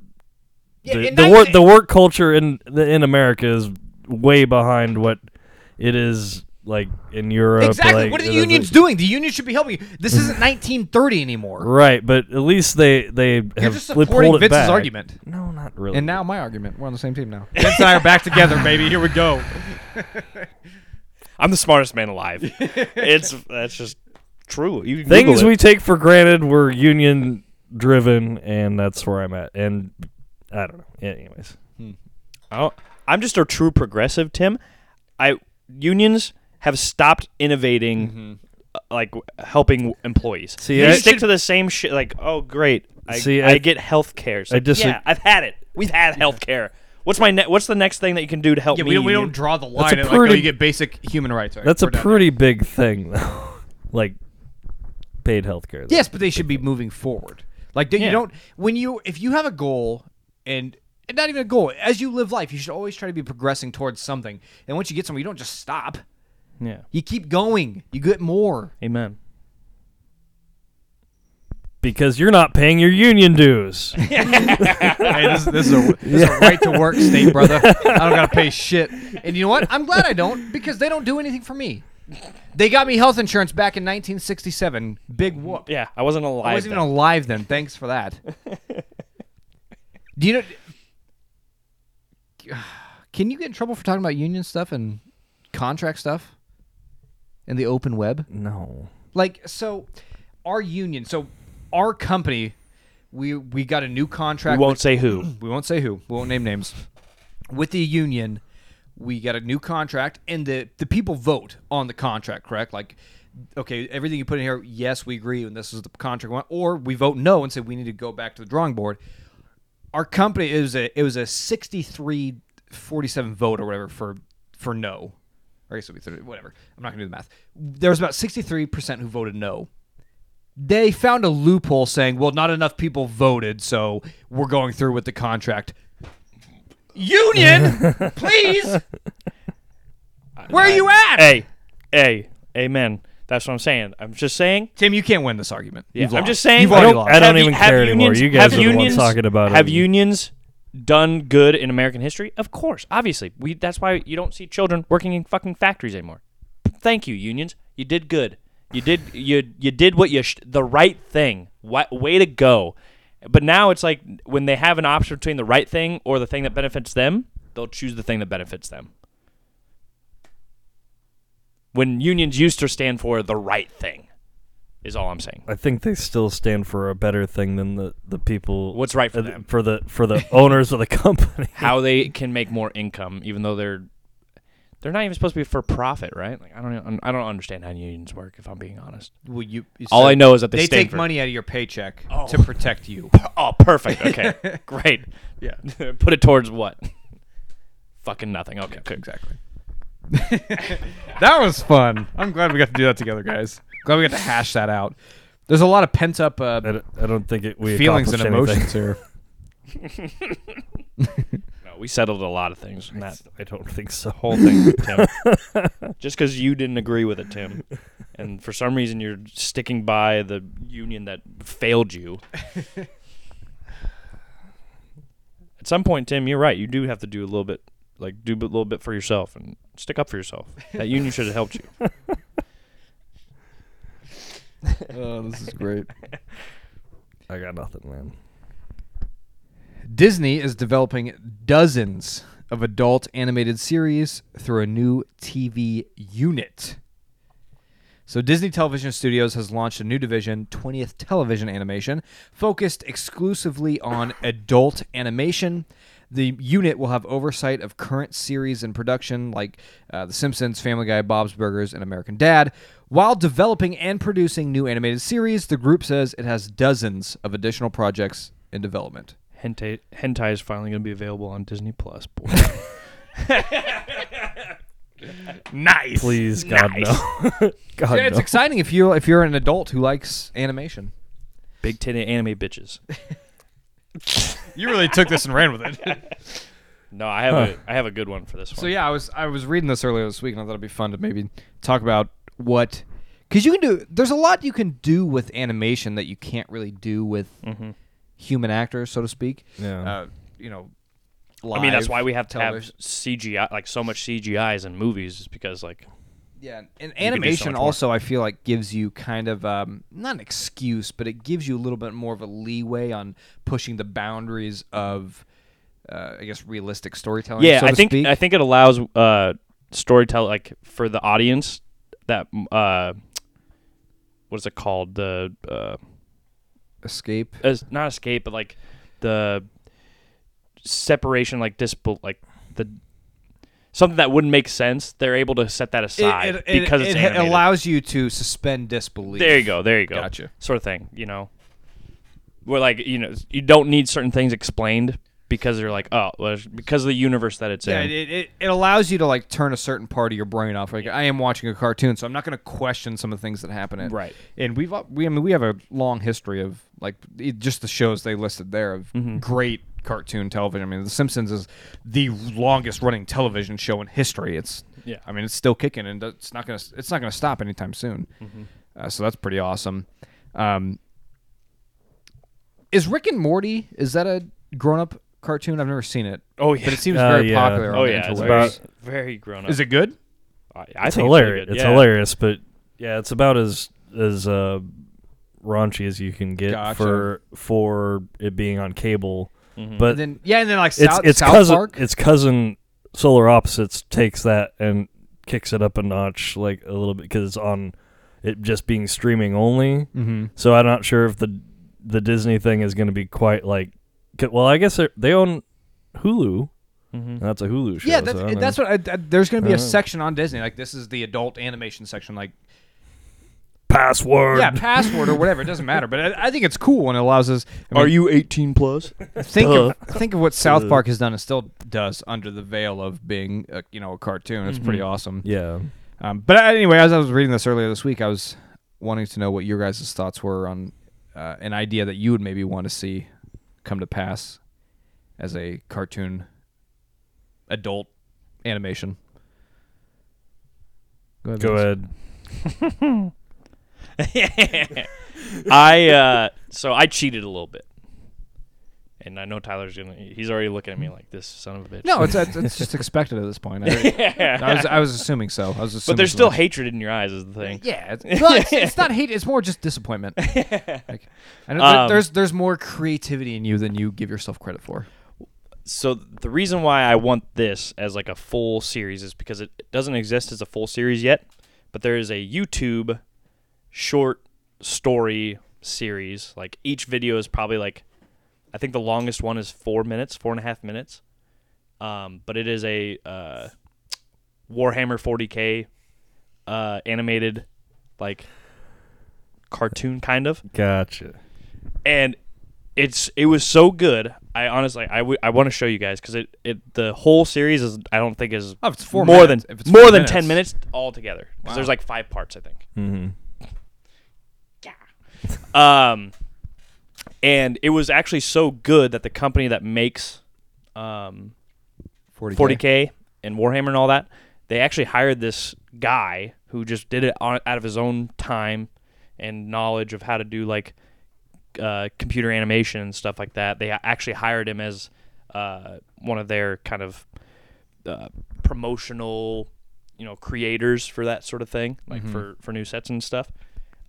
[SPEAKER 3] the, the work the work culture in the, in America is way behind what it is like in Europe.
[SPEAKER 1] exactly.
[SPEAKER 3] like,
[SPEAKER 1] what are
[SPEAKER 3] it
[SPEAKER 1] the
[SPEAKER 3] is-
[SPEAKER 1] unions doing? The unions should be helping you. This isn't 1930 anymore.
[SPEAKER 3] Right, but at least they they
[SPEAKER 1] You're
[SPEAKER 3] have
[SPEAKER 1] just
[SPEAKER 3] they
[SPEAKER 1] supporting
[SPEAKER 3] pulled it
[SPEAKER 1] Vince's
[SPEAKER 3] back.
[SPEAKER 1] argument.
[SPEAKER 3] No, not really.
[SPEAKER 1] And now my argument. We're on the same team now. Vince and I are back together, baby. Here we go.
[SPEAKER 2] I'm the smartest man alive. it's that's just true. You can
[SPEAKER 3] things
[SPEAKER 2] Google it.
[SPEAKER 3] we take for granted were union driven, and that's where I'm at. And I don't know. Yeah, anyways,
[SPEAKER 2] I don't, I'm just a true progressive, Tim. I unions have stopped innovating, uh,
[SPEAKER 1] Mm-hmm.
[SPEAKER 2] like w- helping employees.
[SPEAKER 3] See,
[SPEAKER 2] they
[SPEAKER 3] I-
[SPEAKER 2] stick to the same shit. Like, oh great, I,
[SPEAKER 3] See,
[SPEAKER 2] I,
[SPEAKER 3] I-
[SPEAKER 2] get health care.
[SPEAKER 3] I disagree-
[SPEAKER 2] yeah, I've had it. We've had health care. What's my ne- What's the next thing that you can do to help
[SPEAKER 1] Yeah,
[SPEAKER 2] me?
[SPEAKER 1] we, we don't draw the line.
[SPEAKER 3] a
[SPEAKER 1] at, like, oh,
[SPEAKER 3] pretty-
[SPEAKER 1] you get basic human rights. All right,
[SPEAKER 3] That's a
[SPEAKER 1] we're done.
[SPEAKER 3] pretty big thing, though. like paid healthcare. though.
[SPEAKER 1] Yes, but they should be moving forward. Like that you
[SPEAKER 2] Yeah.
[SPEAKER 1] don't when you if you have a goal and and not even a goal as you live life, you should always try to be progressing towards something. And once you get somewhere, you don't just stop.
[SPEAKER 2] Yeah.
[SPEAKER 1] You keep going. You get more.
[SPEAKER 2] Amen.
[SPEAKER 3] because you're not paying your union dues.
[SPEAKER 1] hey, this, this is a this is a right to work state, brother. I don't gotta pay shit. And you know what? I'm glad I don't because they don't do anything for me. They got me health insurance back in 1967. Big whoop.
[SPEAKER 2] Yeah, I wasn't alive.
[SPEAKER 1] I wasn't
[SPEAKER 2] then.
[SPEAKER 1] even alive then. Thanks for that. Do you know? Can you get in trouble for talking about union stuff and contract stuff in the open web?
[SPEAKER 3] no.
[SPEAKER 1] Like, so our union, so our company, we we got a new
[SPEAKER 2] we
[SPEAKER 1] contract.
[SPEAKER 2] won't say who.
[SPEAKER 1] we won't say who. We won't name names. With the union, we got a new contract, and the the people vote on the contract. Correct? Like, okay, everything you put in here, yes, we agree, and this is the contract we want, or we vote no and say we need to go back to the drawing board. Our company it was a it was a 63 47 vote or whatever for for no. Or I guess it'll be 30, whatever. I'm not gonna do the math. There was about 63% who voted no they found a loophole saying, well, not enough people voted, so we're going through with the contract. Union, please. Where are you at?
[SPEAKER 2] Hey, hey, amen. That's what I'm saying. I'm just saying.
[SPEAKER 1] Tim, you can't win this argument.
[SPEAKER 2] Yeah,
[SPEAKER 1] You've
[SPEAKER 2] I'm
[SPEAKER 1] lost.
[SPEAKER 2] just saying.
[SPEAKER 1] You've
[SPEAKER 2] I
[SPEAKER 1] already
[SPEAKER 2] don't,
[SPEAKER 1] lost.
[SPEAKER 3] I don't
[SPEAKER 2] have
[SPEAKER 3] even
[SPEAKER 2] you- have
[SPEAKER 3] care anymore.
[SPEAKER 2] unions-
[SPEAKER 3] You guys
[SPEAKER 2] have
[SPEAKER 3] are the ones
[SPEAKER 2] unions-
[SPEAKER 3] talking about it.
[SPEAKER 2] Have unions done good in American history? Of course, obviously. We that's why you don't see children working in fucking factories anymore. Thank you, unions. You did good. You did you you did what you sh- the right thing. Why, way to go. But now it's like when they have an option between the right thing or the thing that benefits them, they'll choose the thing that benefits them. When unions used to stand for the right thing, is all I'm saying.
[SPEAKER 3] I think they still stand for a better thing than the, the people.
[SPEAKER 2] What's right for
[SPEAKER 3] uh,
[SPEAKER 2] them.
[SPEAKER 3] For the for the owners of the company.
[SPEAKER 2] how they can make more income, even though they're they're not even supposed to be for profit, right? Like I don't even- I don't understand how unions work. If I'm being honest.
[SPEAKER 1] Well, you,
[SPEAKER 2] All I know is that they
[SPEAKER 1] they
[SPEAKER 2] stand
[SPEAKER 1] take
[SPEAKER 2] for-
[SPEAKER 1] money out of your paycheck to protect you.
[SPEAKER 2] Oh, perfect. Okay, great. Yeah. Put it towards what? Fucking nothing. Okay. good.
[SPEAKER 1] Exactly. that was fun. I'm glad we got to do that together, guys. Glad we got to hash that out. There's a lot of pent up uh,
[SPEAKER 3] I don't, I don't think it, we
[SPEAKER 1] feelings and
[SPEAKER 3] accomplished anything.
[SPEAKER 1] emotions here.
[SPEAKER 2] No, we settled a lot of things. in that
[SPEAKER 3] I don't think so.
[SPEAKER 2] whole thing, Tim. Just because you didn't agree with it, Tim, and for some reason you're sticking by the union that failed you. At some point, Tim, you're right. You do have to do a little bit, like do a little bit for yourself and stick up for yourself. That union should have helped you.
[SPEAKER 1] Oh, this is great.
[SPEAKER 3] I got nothing, man.
[SPEAKER 1] Disney is developing dozens of adult animated series through a new TV unit. So, Disney Television Studios has launched a new division, 20th Television Animation, focused exclusively on adult animation. The unit will have oversight of current series in production like uh, The Simpsons, Family Guy, Bob's Burgers, and American Dad. While developing and producing new animated series, the group says it has dozens of additional projects in development.
[SPEAKER 2] Hentai, hentai is finally going to be available on Disney Plus. Boy. nice.
[SPEAKER 3] Please, God no. God
[SPEAKER 1] Yeah, it's
[SPEAKER 3] no.
[SPEAKER 1] exciting if you if you're an adult who likes animation.
[SPEAKER 2] Big titty anime bitches.
[SPEAKER 1] You really took this and ran with it.
[SPEAKER 2] No, I have a I have a good one for this one.
[SPEAKER 1] so yeah, I was I was reading this earlier this week, and I thought it'd be fun to maybe talk about what because you can do. There's a lot you can do with animation that you can't really do with human actors, so to speak.
[SPEAKER 3] Yeah.
[SPEAKER 1] Uh, you know.
[SPEAKER 2] I mean, that's
[SPEAKER 1] live
[SPEAKER 2] why we have to have
[SPEAKER 1] television.
[SPEAKER 2] CGI, like so much CGIs in movies, is because like
[SPEAKER 1] Yeah, and
[SPEAKER 2] so
[SPEAKER 1] animation
[SPEAKER 2] much more.
[SPEAKER 1] also I feel like gives you kind of um, not an excuse, but it gives you a little bit more of a leeway on pushing the boundaries of, uh, I guess, realistic storytelling.
[SPEAKER 2] yeah,
[SPEAKER 1] so
[SPEAKER 2] I
[SPEAKER 1] to
[SPEAKER 2] think
[SPEAKER 1] speak.
[SPEAKER 2] I think it allows uh storytell like for the audience that uh what is it called the uh
[SPEAKER 1] escape.
[SPEAKER 2] es- not escape but like the separation like dispo like the something that wouldn't make sense, they're able to set that aside because it's
[SPEAKER 1] it
[SPEAKER 2] animated.
[SPEAKER 1] allows you to suspend disbelief.
[SPEAKER 2] There you go. There you go.
[SPEAKER 1] Gotcha.
[SPEAKER 2] Sort of thing. You know, where like you know you don't need certain things explained because they're like oh well, it's because of the universe that it's
[SPEAKER 1] Yeah,
[SPEAKER 2] in.
[SPEAKER 1] it, it, it allows you to like turn a certain part of your brain off. Like I am watching a cartoon, so I'm not going to question some of the things that happen. In.
[SPEAKER 2] Right.
[SPEAKER 1] And we've al- we I mean we have a long history of like it, just the shows they listed there of
[SPEAKER 2] Mm-hmm.
[SPEAKER 1] great cartoon television. I mean, The Simpsons is the longest running television show in history. It's
[SPEAKER 2] Yeah.
[SPEAKER 1] I mean, it's still kicking, and it's not gonna it's not gonna stop anytime soon.
[SPEAKER 2] Mm-hmm.
[SPEAKER 1] Uh, so that's pretty awesome. Um, is Rick and Morty is that a grown up cartoon? I've never seen it.
[SPEAKER 2] oh yeah.
[SPEAKER 1] But it seems
[SPEAKER 3] Uh,
[SPEAKER 1] very
[SPEAKER 3] yeah.
[SPEAKER 1] popular. on
[SPEAKER 2] oh
[SPEAKER 1] the
[SPEAKER 2] yeah. It's
[SPEAKER 1] interwebs.
[SPEAKER 2] very,
[SPEAKER 3] About-
[SPEAKER 2] very grown up.
[SPEAKER 1] Is it good?
[SPEAKER 2] I, I
[SPEAKER 3] it's
[SPEAKER 2] think
[SPEAKER 3] hilarious.
[SPEAKER 2] It's, really good.
[SPEAKER 3] It's
[SPEAKER 2] Yeah.
[SPEAKER 3] hilarious, but yeah, it's about as as uh, raunchy as you can get
[SPEAKER 1] Gotcha.
[SPEAKER 3] for for it being on cable. But
[SPEAKER 1] And then yeah, and then like
[SPEAKER 3] it's
[SPEAKER 1] South,
[SPEAKER 3] it's
[SPEAKER 1] South
[SPEAKER 3] cousin
[SPEAKER 1] Park.
[SPEAKER 3] it's cousin Solar Opposites takes that and kicks it up a notch like a little bit because it's on it just being streaming only.
[SPEAKER 1] mm-hmm.
[SPEAKER 3] So I'm not sure if the the Disney thing is going to be quite like. 'cause- Well, I guess they're- they own Hulu. and That's a Hulu show.
[SPEAKER 1] Yeah,
[SPEAKER 3] so
[SPEAKER 1] that's,
[SPEAKER 3] I don't
[SPEAKER 1] that's
[SPEAKER 3] know.
[SPEAKER 1] what. I, I- there's going to be
[SPEAKER 3] I
[SPEAKER 1] a
[SPEAKER 3] don't know.
[SPEAKER 1] section on Disney. Like this is the adult animation section. Like
[SPEAKER 3] password.
[SPEAKER 1] yeah, password or whatever. It doesn't matter. But I, I think it's cool and it allows us. I mean,
[SPEAKER 2] you 18 plus?
[SPEAKER 1] think of, think of what South Park has done and still does under the veil of being a, you know a cartoon. It's pretty awesome.
[SPEAKER 3] yeah.
[SPEAKER 1] Um, but anyway, as I was reading this earlier this week, I was wanting to know what your guys' thoughts were on uh, an idea that you would maybe want to see come to pass as a cartoon adult animation.
[SPEAKER 3] Go ahead.
[SPEAKER 2] I uh, so I cheated a little bit, and I know Tyler's gonna. He's already looking at me like this son of a bitch.
[SPEAKER 1] No, it's it's it's just expected at this point. I, I was I was assuming so. I was assuming.
[SPEAKER 2] but there's
[SPEAKER 1] so.
[SPEAKER 2] still hatred in your eyes, is the thing.
[SPEAKER 1] Yeah, it's, well, it's, it's not hate. It's more just disappointment. Like, I know there-
[SPEAKER 2] Um,
[SPEAKER 1] there's there's more creativity in you than you give yourself credit for.
[SPEAKER 2] so the reason why I want this as like a full series is because it doesn't exist as a full series yet, but there is a YouTube short story series. Like each video is probably like, I think the longest one is four minutes, four and a half minutes. Um, but it is a uh, Warhammer 40k uh, animated like cartoon kind of
[SPEAKER 3] Gotcha.
[SPEAKER 2] and it's it was so good. I honestly I want to show you guys because it, it the whole series is I don't think is
[SPEAKER 1] Oh, if it's four
[SPEAKER 2] more
[SPEAKER 1] minutes-
[SPEAKER 2] than
[SPEAKER 1] if it's
[SPEAKER 2] more
[SPEAKER 1] four
[SPEAKER 2] than ten
[SPEAKER 1] minutes.
[SPEAKER 2] minutes altogether because
[SPEAKER 1] Wow.
[SPEAKER 2] there's like five parts I think.
[SPEAKER 3] Mm-hmm.
[SPEAKER 2] Um, and it was actually so good that the company that makes um
[SPEAKER 1] 40K.
[SPEAKER 2] 40k and Warhammer and all that, they actually hired this guy who just did it on, out of his own time and knowledge of how to do like uh, computer animation and stuff like that. They actually hired him as uh, one of their kind of uh, promotional, you know, creators for that sort of thing, like for for new sets and stuff.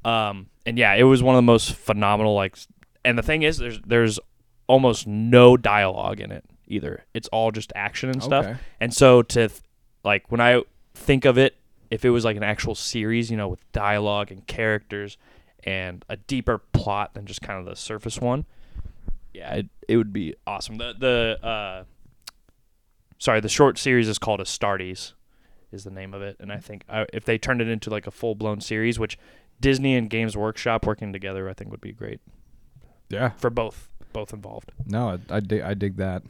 [SPEAKER 2] Um, and yeah, it was one of the most phenomenal. Like, s- and the thing is, there's there's almost no dialogue in it either. It's all just action and stuff.
[SPEAKER 1] Okay.
[SPEAKER 2] And so to th- like when I think of it, if it was like an actual series, you know, with dialogue and characters and a deeper plot than just kind of the surface one, yeah, it, it would be awesome. The the uh, sorry, the short series is called Astartes, is the name of it, and I think uh, if they turned it into like a full blown series, which Disney and Games Workshop working together, I think would be great
[SPEAKER 1] Yeah.
[SPEAKER 2] for both both involved.
[SPEAKER 1] No, I, I, dig, I dig that,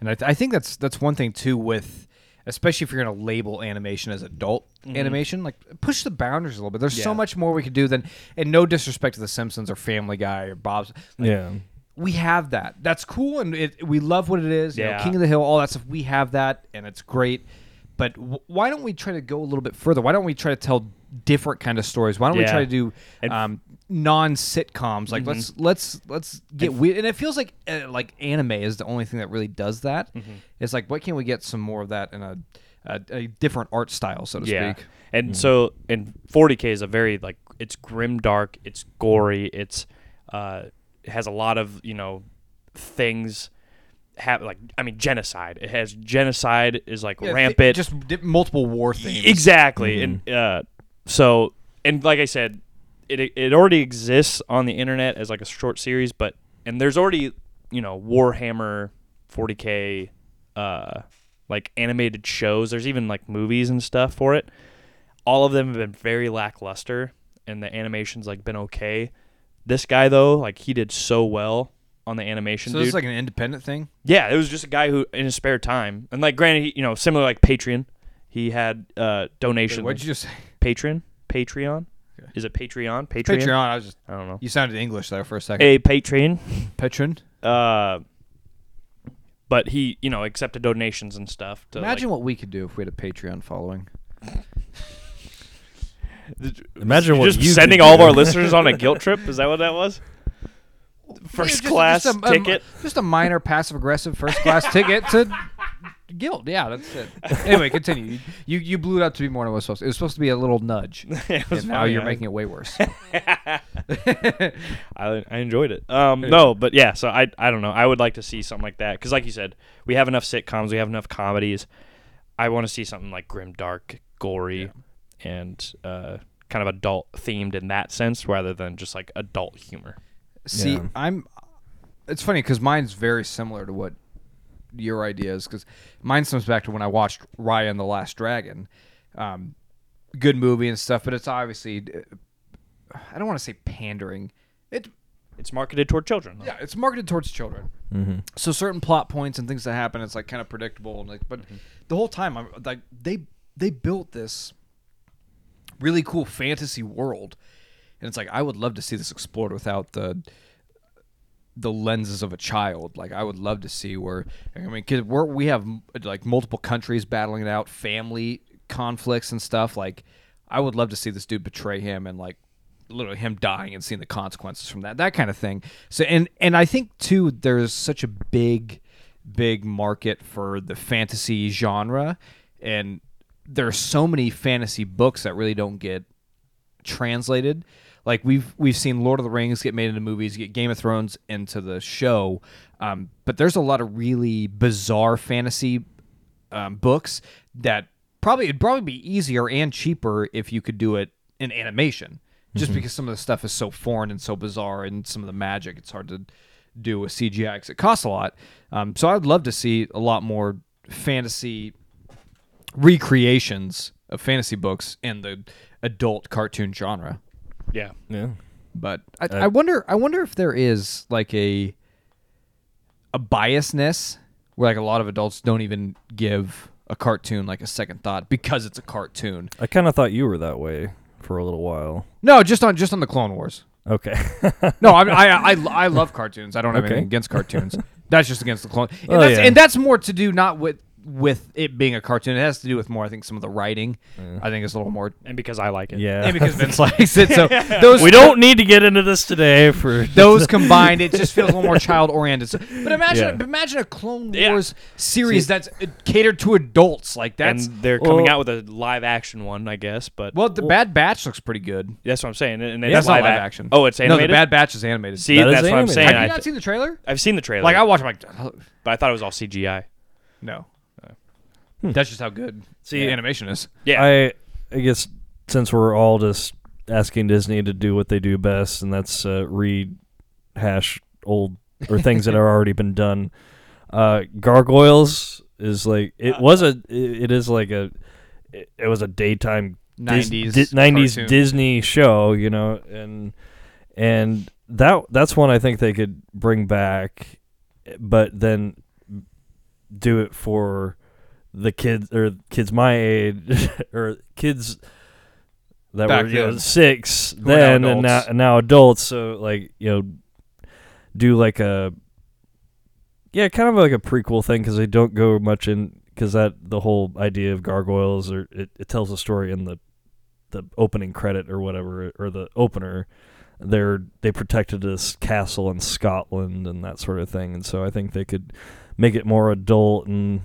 [SPEAKER 1] and I, th- I think that's that's one thing too with, especially if you're going to label animation as adult animation, like push the boundaries a little bit. There's so
[SPEAKER 2] Mm-hmm. Yeah.
[SPEAKER 1] much more we could do than, and no disrespect to The Simpsons or Family Guy or Bob's, like,
[SPEAKER 3] Yeah.
[SPEAKER 1] we have that. That's cool, and it, we love what it is. You know,
[SPEAKER 2] Yeah.
[SPEAKER 1] King of the Hill, all that stuff. We have that, and it's great. But w- why don't we try to go a little bit further? Why don't we try to tell different kind of stories? Why don't we
[SPEAKER 2] Yeah.
[SPEAKER 1] try to do
[SPEAKER 2] And- Mm-hmm.
[SPEAKER 1] um, non sitcoms? Like let's let's let's get weird. And it feels like uh, like anime is the only thing that really does that.
[SPEAKER 2] Mm-hmm.
[SPEAKER 1] It's like why can't we get some more of that in a a, a different art style, so to speak?
[SPEAKER 2] And so, and 40k is a very like it's grim, dark, it's gory, it's uh, it has a lot of you know things. Have like I mean genocide. It has genocide is like
[SPEAKER 1] Yeah,
[SPEAKER 2] rampant.
[SPEAKER 1] just di- multiple
[SPEAKER 2] E
[SPEAKER 1] war themes.
[SPEAKER 2] Exactly. And uh, so, and like I said, it it already exists on the internet as like a short series, but and there's already you know Warhammer 40k uh, like animated shows. There's even like movies and stuff for it. All of them have been very lackluster, and the animation's like been okay. This guy though, like he did so well on the animation.
[SPEAKER 1] So
[SPEAKER 2] dude.
[SPEAKER 1] this is like an independent thing.
[SPEAKER 2] Yeah, it was just a guy who, in his spare time, and like, granted, he, you know, similar like Patreon, he had uh donations.
[SPEAKER 1] What'd you just say?
[SPEAKER 2] Patreon, Patreon, is it Patreon? Patreon.
[SPEAKER 1] Patreon. I was just
[SPEAKER 2] I don't know.
[SPEAKER 1] you sounded English there for a second.
[SPEAKER 2] Hey, Patreon.
[SPEAKER 1] Patron.
[SPEAKER 2] Uh, but he, you know, accepted donations and stuff. To,
[SPEAKER 1] Imagine
[SPEAKER 2] Like,
[SPEAKER 1] what we could do if we had a Patreon following.
[SPEAKER 3] Imagine what
[SPEAKER 2] just
[SPEAKER 3] you
[SPEAKER 2] sending
[SPEAKER 3] could
[SPEAKER 2] all of
[SPEAKER 3] do.
[SPEAKER 2] our listeners on a guilt trip. Is that what that was? First class
[SPEAKER 1] a,
[SPEAKER 2] ticket.
[SPEAKER 1] just a minor passive aggressive first class ticket to guilt. Yeah, that's it. Anyway, continue. You, you you blew it up to be more than it was supposed. To. It was supposed to be a little nudge.
[SPEAKER 2] It was
[SPEAKER 1] and now
[SPEAKER 2] funny.
[SPEAKER 1] you're
[SPEAKER 2] I-
[SPEAKER 1] making it way worse.
[SPEAKER 2] I, I enjoyed it. Um, no, but yeah. So I I don't know. I would like to see something like that because, like you said, we have enough sitcoms, we have enough comedies. I want to see something like grim, dark, gory, and uh, kind of adult themed in that sense, rather than just like adult humor.
[SPEAKER 1] See,
[SPEAKER 3] Yeah.
[SPEAKER 1] I'm. It's funny because mine's very similar to what your idea is because mine comes back to when I watched Raya and the Last Dragon. Um, good movie and stuff, but it's obviously. uh, I don't want to say pandering. It
[SPEAKER 2] It's marketed toward children. though.
[SPEAKER 1] yeah, it's marketed towards children. Mm-hmm. So certain plot points and things that happen, it's like kind of predictable and like. But the whole time, I'm like they they built this really cool fantasy world, and it's like I would love to see this explored without the the lenses of a child. Like I would love to see where I mean, because we're we have m- like multiple countries battling it out, family conflicts and stuff. Like I would love to see this dude betray him and like literally him dying and seeing the consequences from that, that kind of thing. So and and I think too, there's such a big, big market for the fantasy genre, and there are so many fantasy books that really don't get translated. Like we've we've seen Lord of the Rings get made into movies, get Game of Thrones into the show, um, but there's a lot of really bizarre fantasy um, books that probably it'd probably be easier and cheaper if you could do it in animation, just because some of the stuff is so foreign and so bizarre, and some of the magic it's hard to do with CGI because it costs a lot. Um, so I'd love to see a lot more fantasy recreations of fantasy books in the adult cartoon genre.
[SPEAKER 2] Yeah.
[SPEAKER 3] Yeah.
[SPEAKER 1] But I,
[SPEAKER 3] uh,
[SPEAKER 1] I wonder, I wonder if there is like a a biasness where like a lot of adults don't even give a cartoon like a second thought because it's a cartoon.
[SPEAKER 3] I kind of thought you were that way for a little while.
[SPEAKER 1] No, just on just on the Clone Wars.
[SPEAKER 3] Okay.
[SPEAKER 1] No, I I, I, I love cartoons. I don't have
[SPEAKER 3] Okay.
[SPEAKER 1] anything against cartoons. That's just against the clone. And,
[SPEAKER 3] Oh,
[SPEAKER 1] that's,
[SPEAKER 3] yeah.
[SPEAKER 1] and that's more to do not with with it being a cartoon. It has to do with more. I think some of the writing. I think it's a little more.
[SPEAKER 2] And because I like it.
[SPEAKER 3] yeah.
[SPEAKER 1] And because Vince likes it, so those
[SPEAKER 3] we don't need to get into this today for
[SPEAKER 1] those combined, it just feels a little more child oriented. So, but imagine,
[SPEAKER 3] Yeah.
[SPEAKER 1] imagine a Clone
[SPEAKER 2] Yeah.
[SPEAKER 1] Wars series that's uh, catered to adults. Like that's
[SPEAKER 2] and they're coming
[SPEAKER 3] well-
[SPEAKER 2] out with a live action one, I guess. But
[SPEAKER 1] well, the Bad Batch looks pretty good.
[SPEAKER 2] that's what I'm saying. And then
[SPEAKER 1] That's
[SPEAKER 2] live,
[SPEAKER 1] not live
[SPEAKER 2] ac-
[SPEAKER 1] action.
[SPEAKER 2] Oh, it's
[SPEAKER 1] No,
[SPEAKER 2] animated.
[SPEAKER 1] the Bad Batch is animated.
[SPEAKER 2] See,
[SPEAKER 3] That is
[SPEAKER 2] that's what I'm
[SPEAKER 3] animated.
[SPEAKER 2] saying.
[SPEAKER 1] have
[SPEAKER 2] I
[SPEAKER 1] you
[SPEAKER 2] th-
[SPEAKER 1] not seen the trailer?
[SPEAKER 2] I've seen the trailer.
[SPEAKER 1] Like I watch, I'm like, "Oh,
[SPEAKER 2] but I thought it was all CGI.
[SPEAKER 1] no. That's just how good
[SPEAKER 3] See,
[SPEAKER 1] the animation is.
[SPEAKER 2] Yeah.
[SPEAKER 3] I I guess since we're all just asking Disney to do what they do best, and that's uh, rehash old or things that have already been done. Uh, Gargoyles is like it was a it, it is like a it, it was a daytime Dis-
[SPEAKER 1] 90s
[SPEAKER 3] Di- 90s
[SPEAKER 1] cartoon.
[SPEAKER 3] Disney show, you know, and and that that's one I think they could bring back, but then do it for the kids or kids my age or kids that
[SPEAKER 1] Back
[SPEAKER 3] were you know,
[SPEAKER 1] then.
[SPEAKER 3] six
[SPEAKER 1] are now
[SPEAKER 3] then and now
[SPEAKER 1] adults.
[SPEAKER 3] and now adults. So like you know, do like a yeah, kind of like a prequel thing because they don't go much in because that the whole idea of gargoyles or it, it tells a story in the the opening credit or whatever or the opener. They're they protected this castle in Scotland and that sort of thing, and so I think they could make it more adult and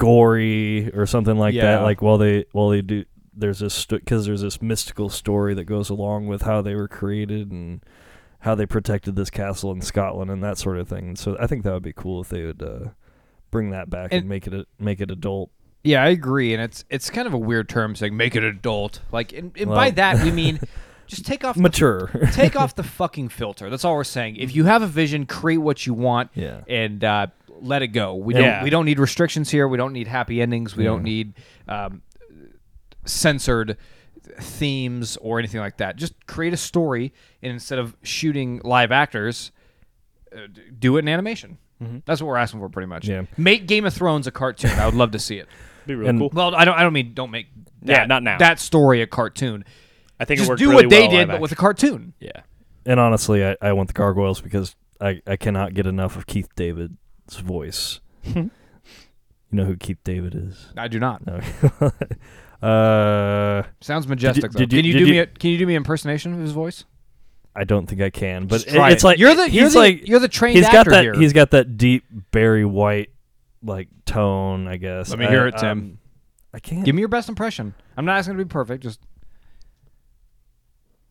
[SPEAKER 3] gory or something like
[SPEAKER 1] Yeah.
[SPEAKER 3] that. Like while they while they do there's this because there's this mystical story that goes along with how they were created and how they protected this castle in Scotland and that sort of thing. So I think that would be cool if they would uh, bring that back and,
[SPEAKER 1] And-
[SPEAKER 3] make it a, make it adult.
[SPEAKER 1] Yeah, I agree, and it's it's kind of a weird term saying make it adult. Like, and, and by
[SPEAKER 3] Well-
[SPEAKER 1] that we mean just take off the
[SPEAKER 3] Mature.
[SPEAKER 1] take off the fucking filter. That's all we're saying. If you have a vision, create what you want,
[SPEAKER 3] Yeah.
[SPEAKER 1] and uh, let it go. We
[SPEAKER 2] Yeah.
[SPEAKER 1] don't we don't need restrictions here. We don't need happy endings. We don't need um, censored themes or anything like that. Just create a story, and instead of shooting live actors, uh, d- do it in animation.
[SPEAKER 2] Mm-hmm.
[SPEAKER 1] That's what we're asking for, pretty much.
[SPEAKER 3] Yeah.
[SPEAKER 1] Make Game of Thrones a cartoon. I would love to see it.
[SPEAKER 2] be really
[SPEAKER 3] And-
[SPEAKER 2] cool.
[SPEAKER 1] Well, I don't. I don't mean don't make. That,
[SPEAKER 2] Yeah, not now.
[SPEAKER 1] That story a cartoon.
[SPEAKER 2] I think it
[SPEAKER 1] Just
[SPEAKER 2] worked
[SPEAKER 1] do
[SPEAKER 2] really
[SPEAKER 1] what they
[SPEAKER 2] well
[SPEAKER 1] did,
[SPEAKER 2] live
[SPEAKER 1] but with a
[SPEAKER 2] action.
[SPEAKER 1] cartoon.
[SPEAKER 2] yeah.
[SPEAKER 3] And honestly, I, I want the gargoyles because I, I cannot get enough of Keith David's voice.
[SPEAKER 1] Hmm.
[SPEAKER 3] you know who Keith David is?
[SPEAKER 1] I do not.
[SPEAKER 3] No. uh,
[SPEAKER 1] Sounds majestic. though.
[SPEAKER 3] did you-
[SPEAKER 1] can you
[SPEAKER 3] did
[SPEAKER 1] do
[SPEAKER 3] you-
[SPEAKER 1] me? A, can you do me an impressionation of his voice?
[SPEAKER 3] I don't think I can, but
[SPEAKER 1] Just try
[SPEAKER 3] it, it's
[SPEAKER 1] it.
[SPEAKER 3] like
[SPEAKER 1] You're the- you're
[SPEAKER 3] he's
[SPEAKER 1] the-
[SPEAKER 3] like
[SPEAKER 1] you're the trained
[SPEAKER 3] He's got
[SPEAKER 1] actor
[SPEAKER 3] that
[SPEAKER 1] here.
[SPEAKER 3] he's got that deep Barry White like tone, I guess.
[SPEAKER 1] Let me
[SPEAKER 3] I-
[SPEAKER 1] hear it, Tim.
[SPEAKER 3] um, I can't.
[SPEAKER 1] Give me your best impression. I'm not asking to be perfect. Just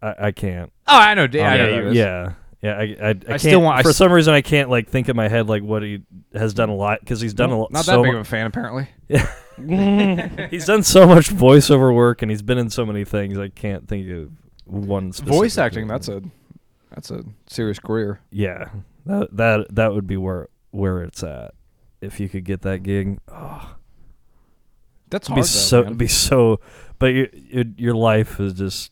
[SPEAKER 3] I, I can't.
[SPEAKER 1] oh, I know. Yeah, I know
[SPEAKER 3] yeah,
[SPEAKER 1] that
[SPEAKER 3] you-
[SPEAKER 1] is.
[SPEAKER 3] yeah, yeah. I, I, I,
[SPEAKER 1] I
[SPEAKER 3] can't,
[SPEAKER 1] still want- I
[SPEAKER 3] For
[SPEAKER 1] s-
[SPEAKER 3] some reason, I can't like think in my head like what he has done a lot because he's done a lot.
[SPEAKER 1] Not
[SPEAKER 3] so
[SPEAKER 1] that big
[SPEAKER 3] mu-
[SPEAKER 1] of a fan, apparently.
[SPEAKER 3] he's done so much voiceover work and he's been in so many things. I can't think of one. Specific
[SPEAKER 1] Voice acting. That's a that's a serious career.
[SPEAKER 3] yeah. That that that would be where where it's at. If you could get that gig,
[SPEAKER 1] That's
[SPEAKER 3] It'd
[SPEAKER 1] hard.
[SPEAKER 3] be
[SPEAKER 1] though,
[SPEAKER 3] so
[SPEAKER 1] man.
[SPEAKER 3] it'd be so but your your your life is just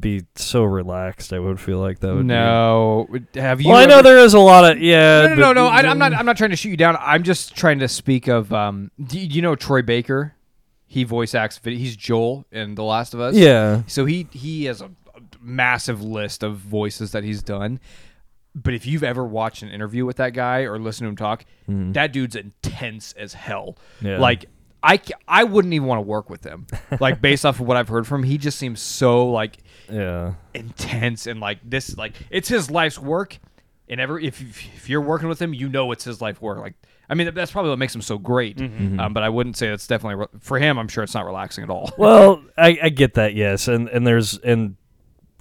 [SPEAKER 3] be so relaxed i would feel like that would
[SPEAKER 1] no. Would- Have
[SPEAKER 3] be
[SPEAKER 1] you?
[SPEAKER 3] well i know
[SPEAKER 1] ever-
[SPEAKER 3] there is a lot of yeah
[SPEAKER 1] No, no,
[SPEAKER 3] but-
[SPEAKER 1] no, no. I, I'm not. I'm not trying to shoot you down. I'm just trying to speak of. Um, do you know Troy Baker? He voice acts. vid- He's Joel in The Last of Us.
[SPEAKER 3] yeah
[SPEAKER 1] So he he has a, a massive list of voices that he's done. But if you've ever watched an interview with that guy or listened to him talk, that dude's intense as hell.
[SPEAKER 3] Yeah.
[SPEAKER 1] Like I, ca- I wouldn't even want to work with him. Like based off of what I've heard from him, he just seems so like
[SPEAKER 3] yeah
[SPEAKER 1] intense and like this like it's his life's work and every if, if you're working with him you know it's his life work like i mean that's probably what makes him so great um, but i wouldn't say that's definitely re- for him i'm sure it's not relaxing at all
[SPEAKER 3] well i i get that yes and and there's and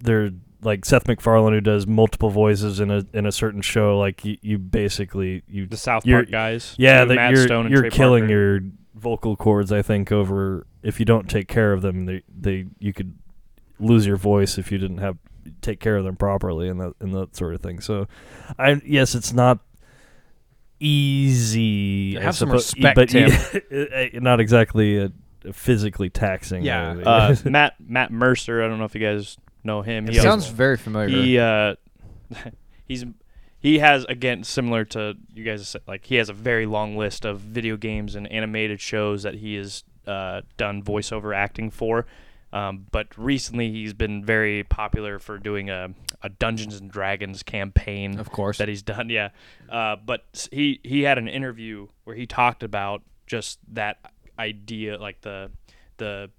[SPEAKER 3] there like seth mcfarlane who does multiple voices in a in a certain show like you, you basically you
[SPEAKER 2] The South
[SPEAKER 3] you're-
[SPEAKER 2] Park guys.
[SPEAKER 3] yeah
[SPEAKER 2] Dude,
[SPEAKER 3] that
[SPEAKER 2] Matt
[SPEAKER 3] you're,
[SPEAKER 2] Stone and
[SPEAKER 3] you're
[SPEAKER 2] Trey
[SPEAKER 3] killing
[SPEAKER 2] Parker.
[SPEAKER 3] your vocal cords i think over if you don't take care of them they they you could lose your voice if you didn't have take care of them properly and that and that sort of thing so i yes it's not easy I
[SPEAKER 1] Have some
[SPEAKER 3] suppose,
[SPEAKER 1] respect,
[SPEAKER 3] but
[SPEAKER 1] Tim.
[SPEAKER 3] eh, not exactly uh physically taxing
[SPEAKER 1] Yeah.
[SPEAKER 3] uh,
[SPEAKER 2] uh, Matt Matt Mercer. I don't know if you guys know him. He
[SPEAKER 1] sounds
[SPEAKER 2] owns-
[SPEAKER 1] very familiar
[SPEAKER 2] he uh, he's he has again similar to you guys said, like he has a very long list of video games and animated shows that he has uh, done voiceover acting for. Um, but recently, he's been very popular for doing a, a Dungeons and Dragons campaign
[SPEAKER 1] Of course.
[SPEAKER 2] that he's done. Yeah, uh, but s- he he had an interview where he talked about just that idea, like the the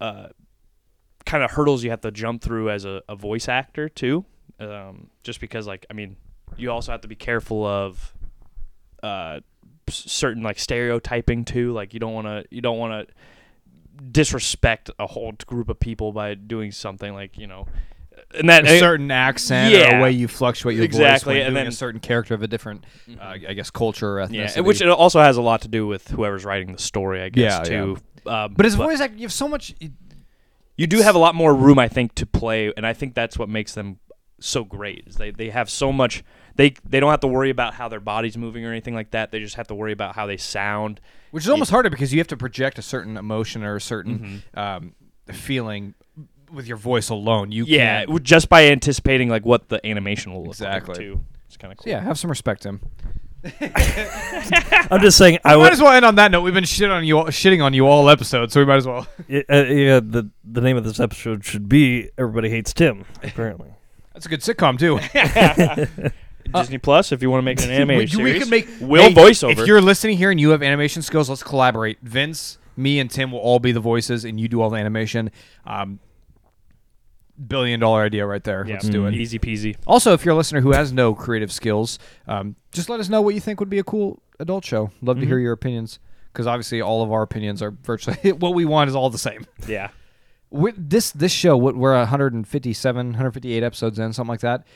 [SPEAKER 2] uh, kind of hurdles you have to jump through as a, a voice actor too. Um, just because, like, I mean, you also have to be careful of uh, s- certain like stereotyping too. Like, you don't want to you don't want to disrespect a whole group of people by doing something like you know, and that
[SPEAKER 1] a certain accent or
[SPEAKER 2] Eh, yeah.
[SPEAKER 1] a way you fluctuate your
[SPEAKER 2] Exactly,
[SPEAKER 1] voice when
[SPEAKER 2] and
[SPEAKER 1] doing
[SPEAKER 2] then- Mm-hmm.
[SPEAKER 1] a certain character of a different uh, i guess culture or
[SPEAKER 2] yeah,
[SPEAKER 1] ethnicity
[SPEAKER 2] and which it also has a lot to do with whoever's writing the story, I guess
[SPEAKER 1] Yeah, yeah.
[SPEAKER 2] too. Um,
[SPEAKER 1] but as voice actor you have so much
[SPEAKER 2] you do have a lot more room, I think, to play, and I think that's what makes them so great. Is they they have so much. They they don't have to worry about how their body's moving or anything like that. They just have to worry about how they sound.
[SPEAKER 1] Which is almost harder because you have to project a certain emotion or a certain um, feeling with your voice alone. You
[SPEAKER 2] Yeah,
[SPEAKER 1] can't-
[SPEAKER 2] w- just by anticipating like what the animation will look
[SPEAKER 1] Exactly.
[SPEAKER 2] like too. It's kind of cool.
[SPEAKER 1] yeah, have some respect, Tim.
[SPEAKER 3] i'm just saying i
[SPEAKER 1] Might
[SPEAKER 3] would
[SPEAKER 1] as well end on that note. We've been shit on you, all, shitting on you all episode, so we might as well.
[SPEAKER 3] yeah, uh, yeah the the name of this episode should be everybody hates tim apparently
[SPEAKER 1] That's a good sitcom too.
[SPEAKER 2] Disney Plus, if you want to make an
[SPEAKER 1] Uh, we,
[SPEAKER 2] animated
[SPEAKER 1] we
[SPEAKER 2] series,
[SPEAKER 1] can make
[SPEAKER 2] will
[SPEAKER 1] hey,
[SPEAKER 2] voiceover.
[SPEAKER 1] If you're listening here and you have animation skills, let's collaborate. Vince, me, and Tim will all be the voices, and you do all the animation. Um, billion dollar idea right there.
[SPEAKER 2] yeah, Mm-hmm.
[SPEAKER 1] Let's do it.
[SPEAKER 2] Easy peasy.
[SPEAKER 1] Also, if you're a listener who has no creative skills, um, just let us know what you think would be a cool adult show. Love to hear
[SPEAKER 2] Mm-hmm.
[SPEAKER 1] your opinions because obviously all of our opinions are virtually what we want is all the same.
[SPEAKER 2] Yeah.
[SPEAKER 1] We're, this this show, what- we're 157, 158 episodes in, something like that.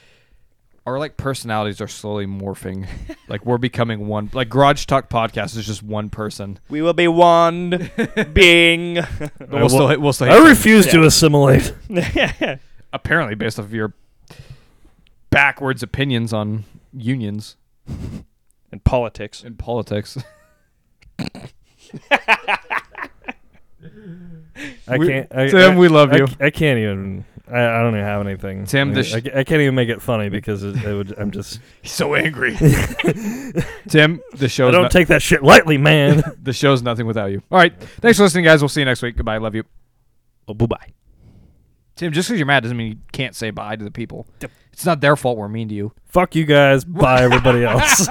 [SPEAKER 1] Our like personalities are slowly morphing. like we're becoming one. Like Garage Talk podcast is just one person.
[SPEAKER 2] We will be one being.
[SPEAKER 1] But we'll still hate- we'll still hate
[SPEAKER 3] i refuse to assimilate
[SPEAKER 1] apparently based off of your backwards opinions on unions.
[SPEAKER 2] in politics.
[SPEAKER 1] in politics.
[SPEAKER 3] I
[SPEAKER 1] We-
[SPEAKER 3] can't. I,
[SPEAKER 1] Tim,
[SPEAKER 3] I-
[SPEAKER 1] we love
[SPEAKER 3] I
[SPEAKER 1] you.
[SPEAKER 3] c- I, can't even. I, I don't even have anything.
[SPEAKER 1] Tim,
[SPEAKER 3] I,
[SPEAKER 1] this-
[SPEAKER 3] I, ca- I can't even make it funny because it, it would, I'm just.
[SPEAKER 1] He's so angry. Tim, the
[SPEAKER 3] I
[SPEAKER 1] show's
[SPEAKER 3] don't
[SPEAKER 1] not-
[SPEAKER 3] take that shit lightly, man.
[SPEAKER 1] the show's nothing without you. All right, thanks for listening, guys. We'll see you next week. Goodbye. Love you,
[SPEAKER 2] bye bye.
[SPEAKER 1] Tim. Just because you're mad doesn't mean you can't say bye to the people. It's not their fault we're mean to you.
[SPEAKER 3] Fuck you guys. Bye everybody else.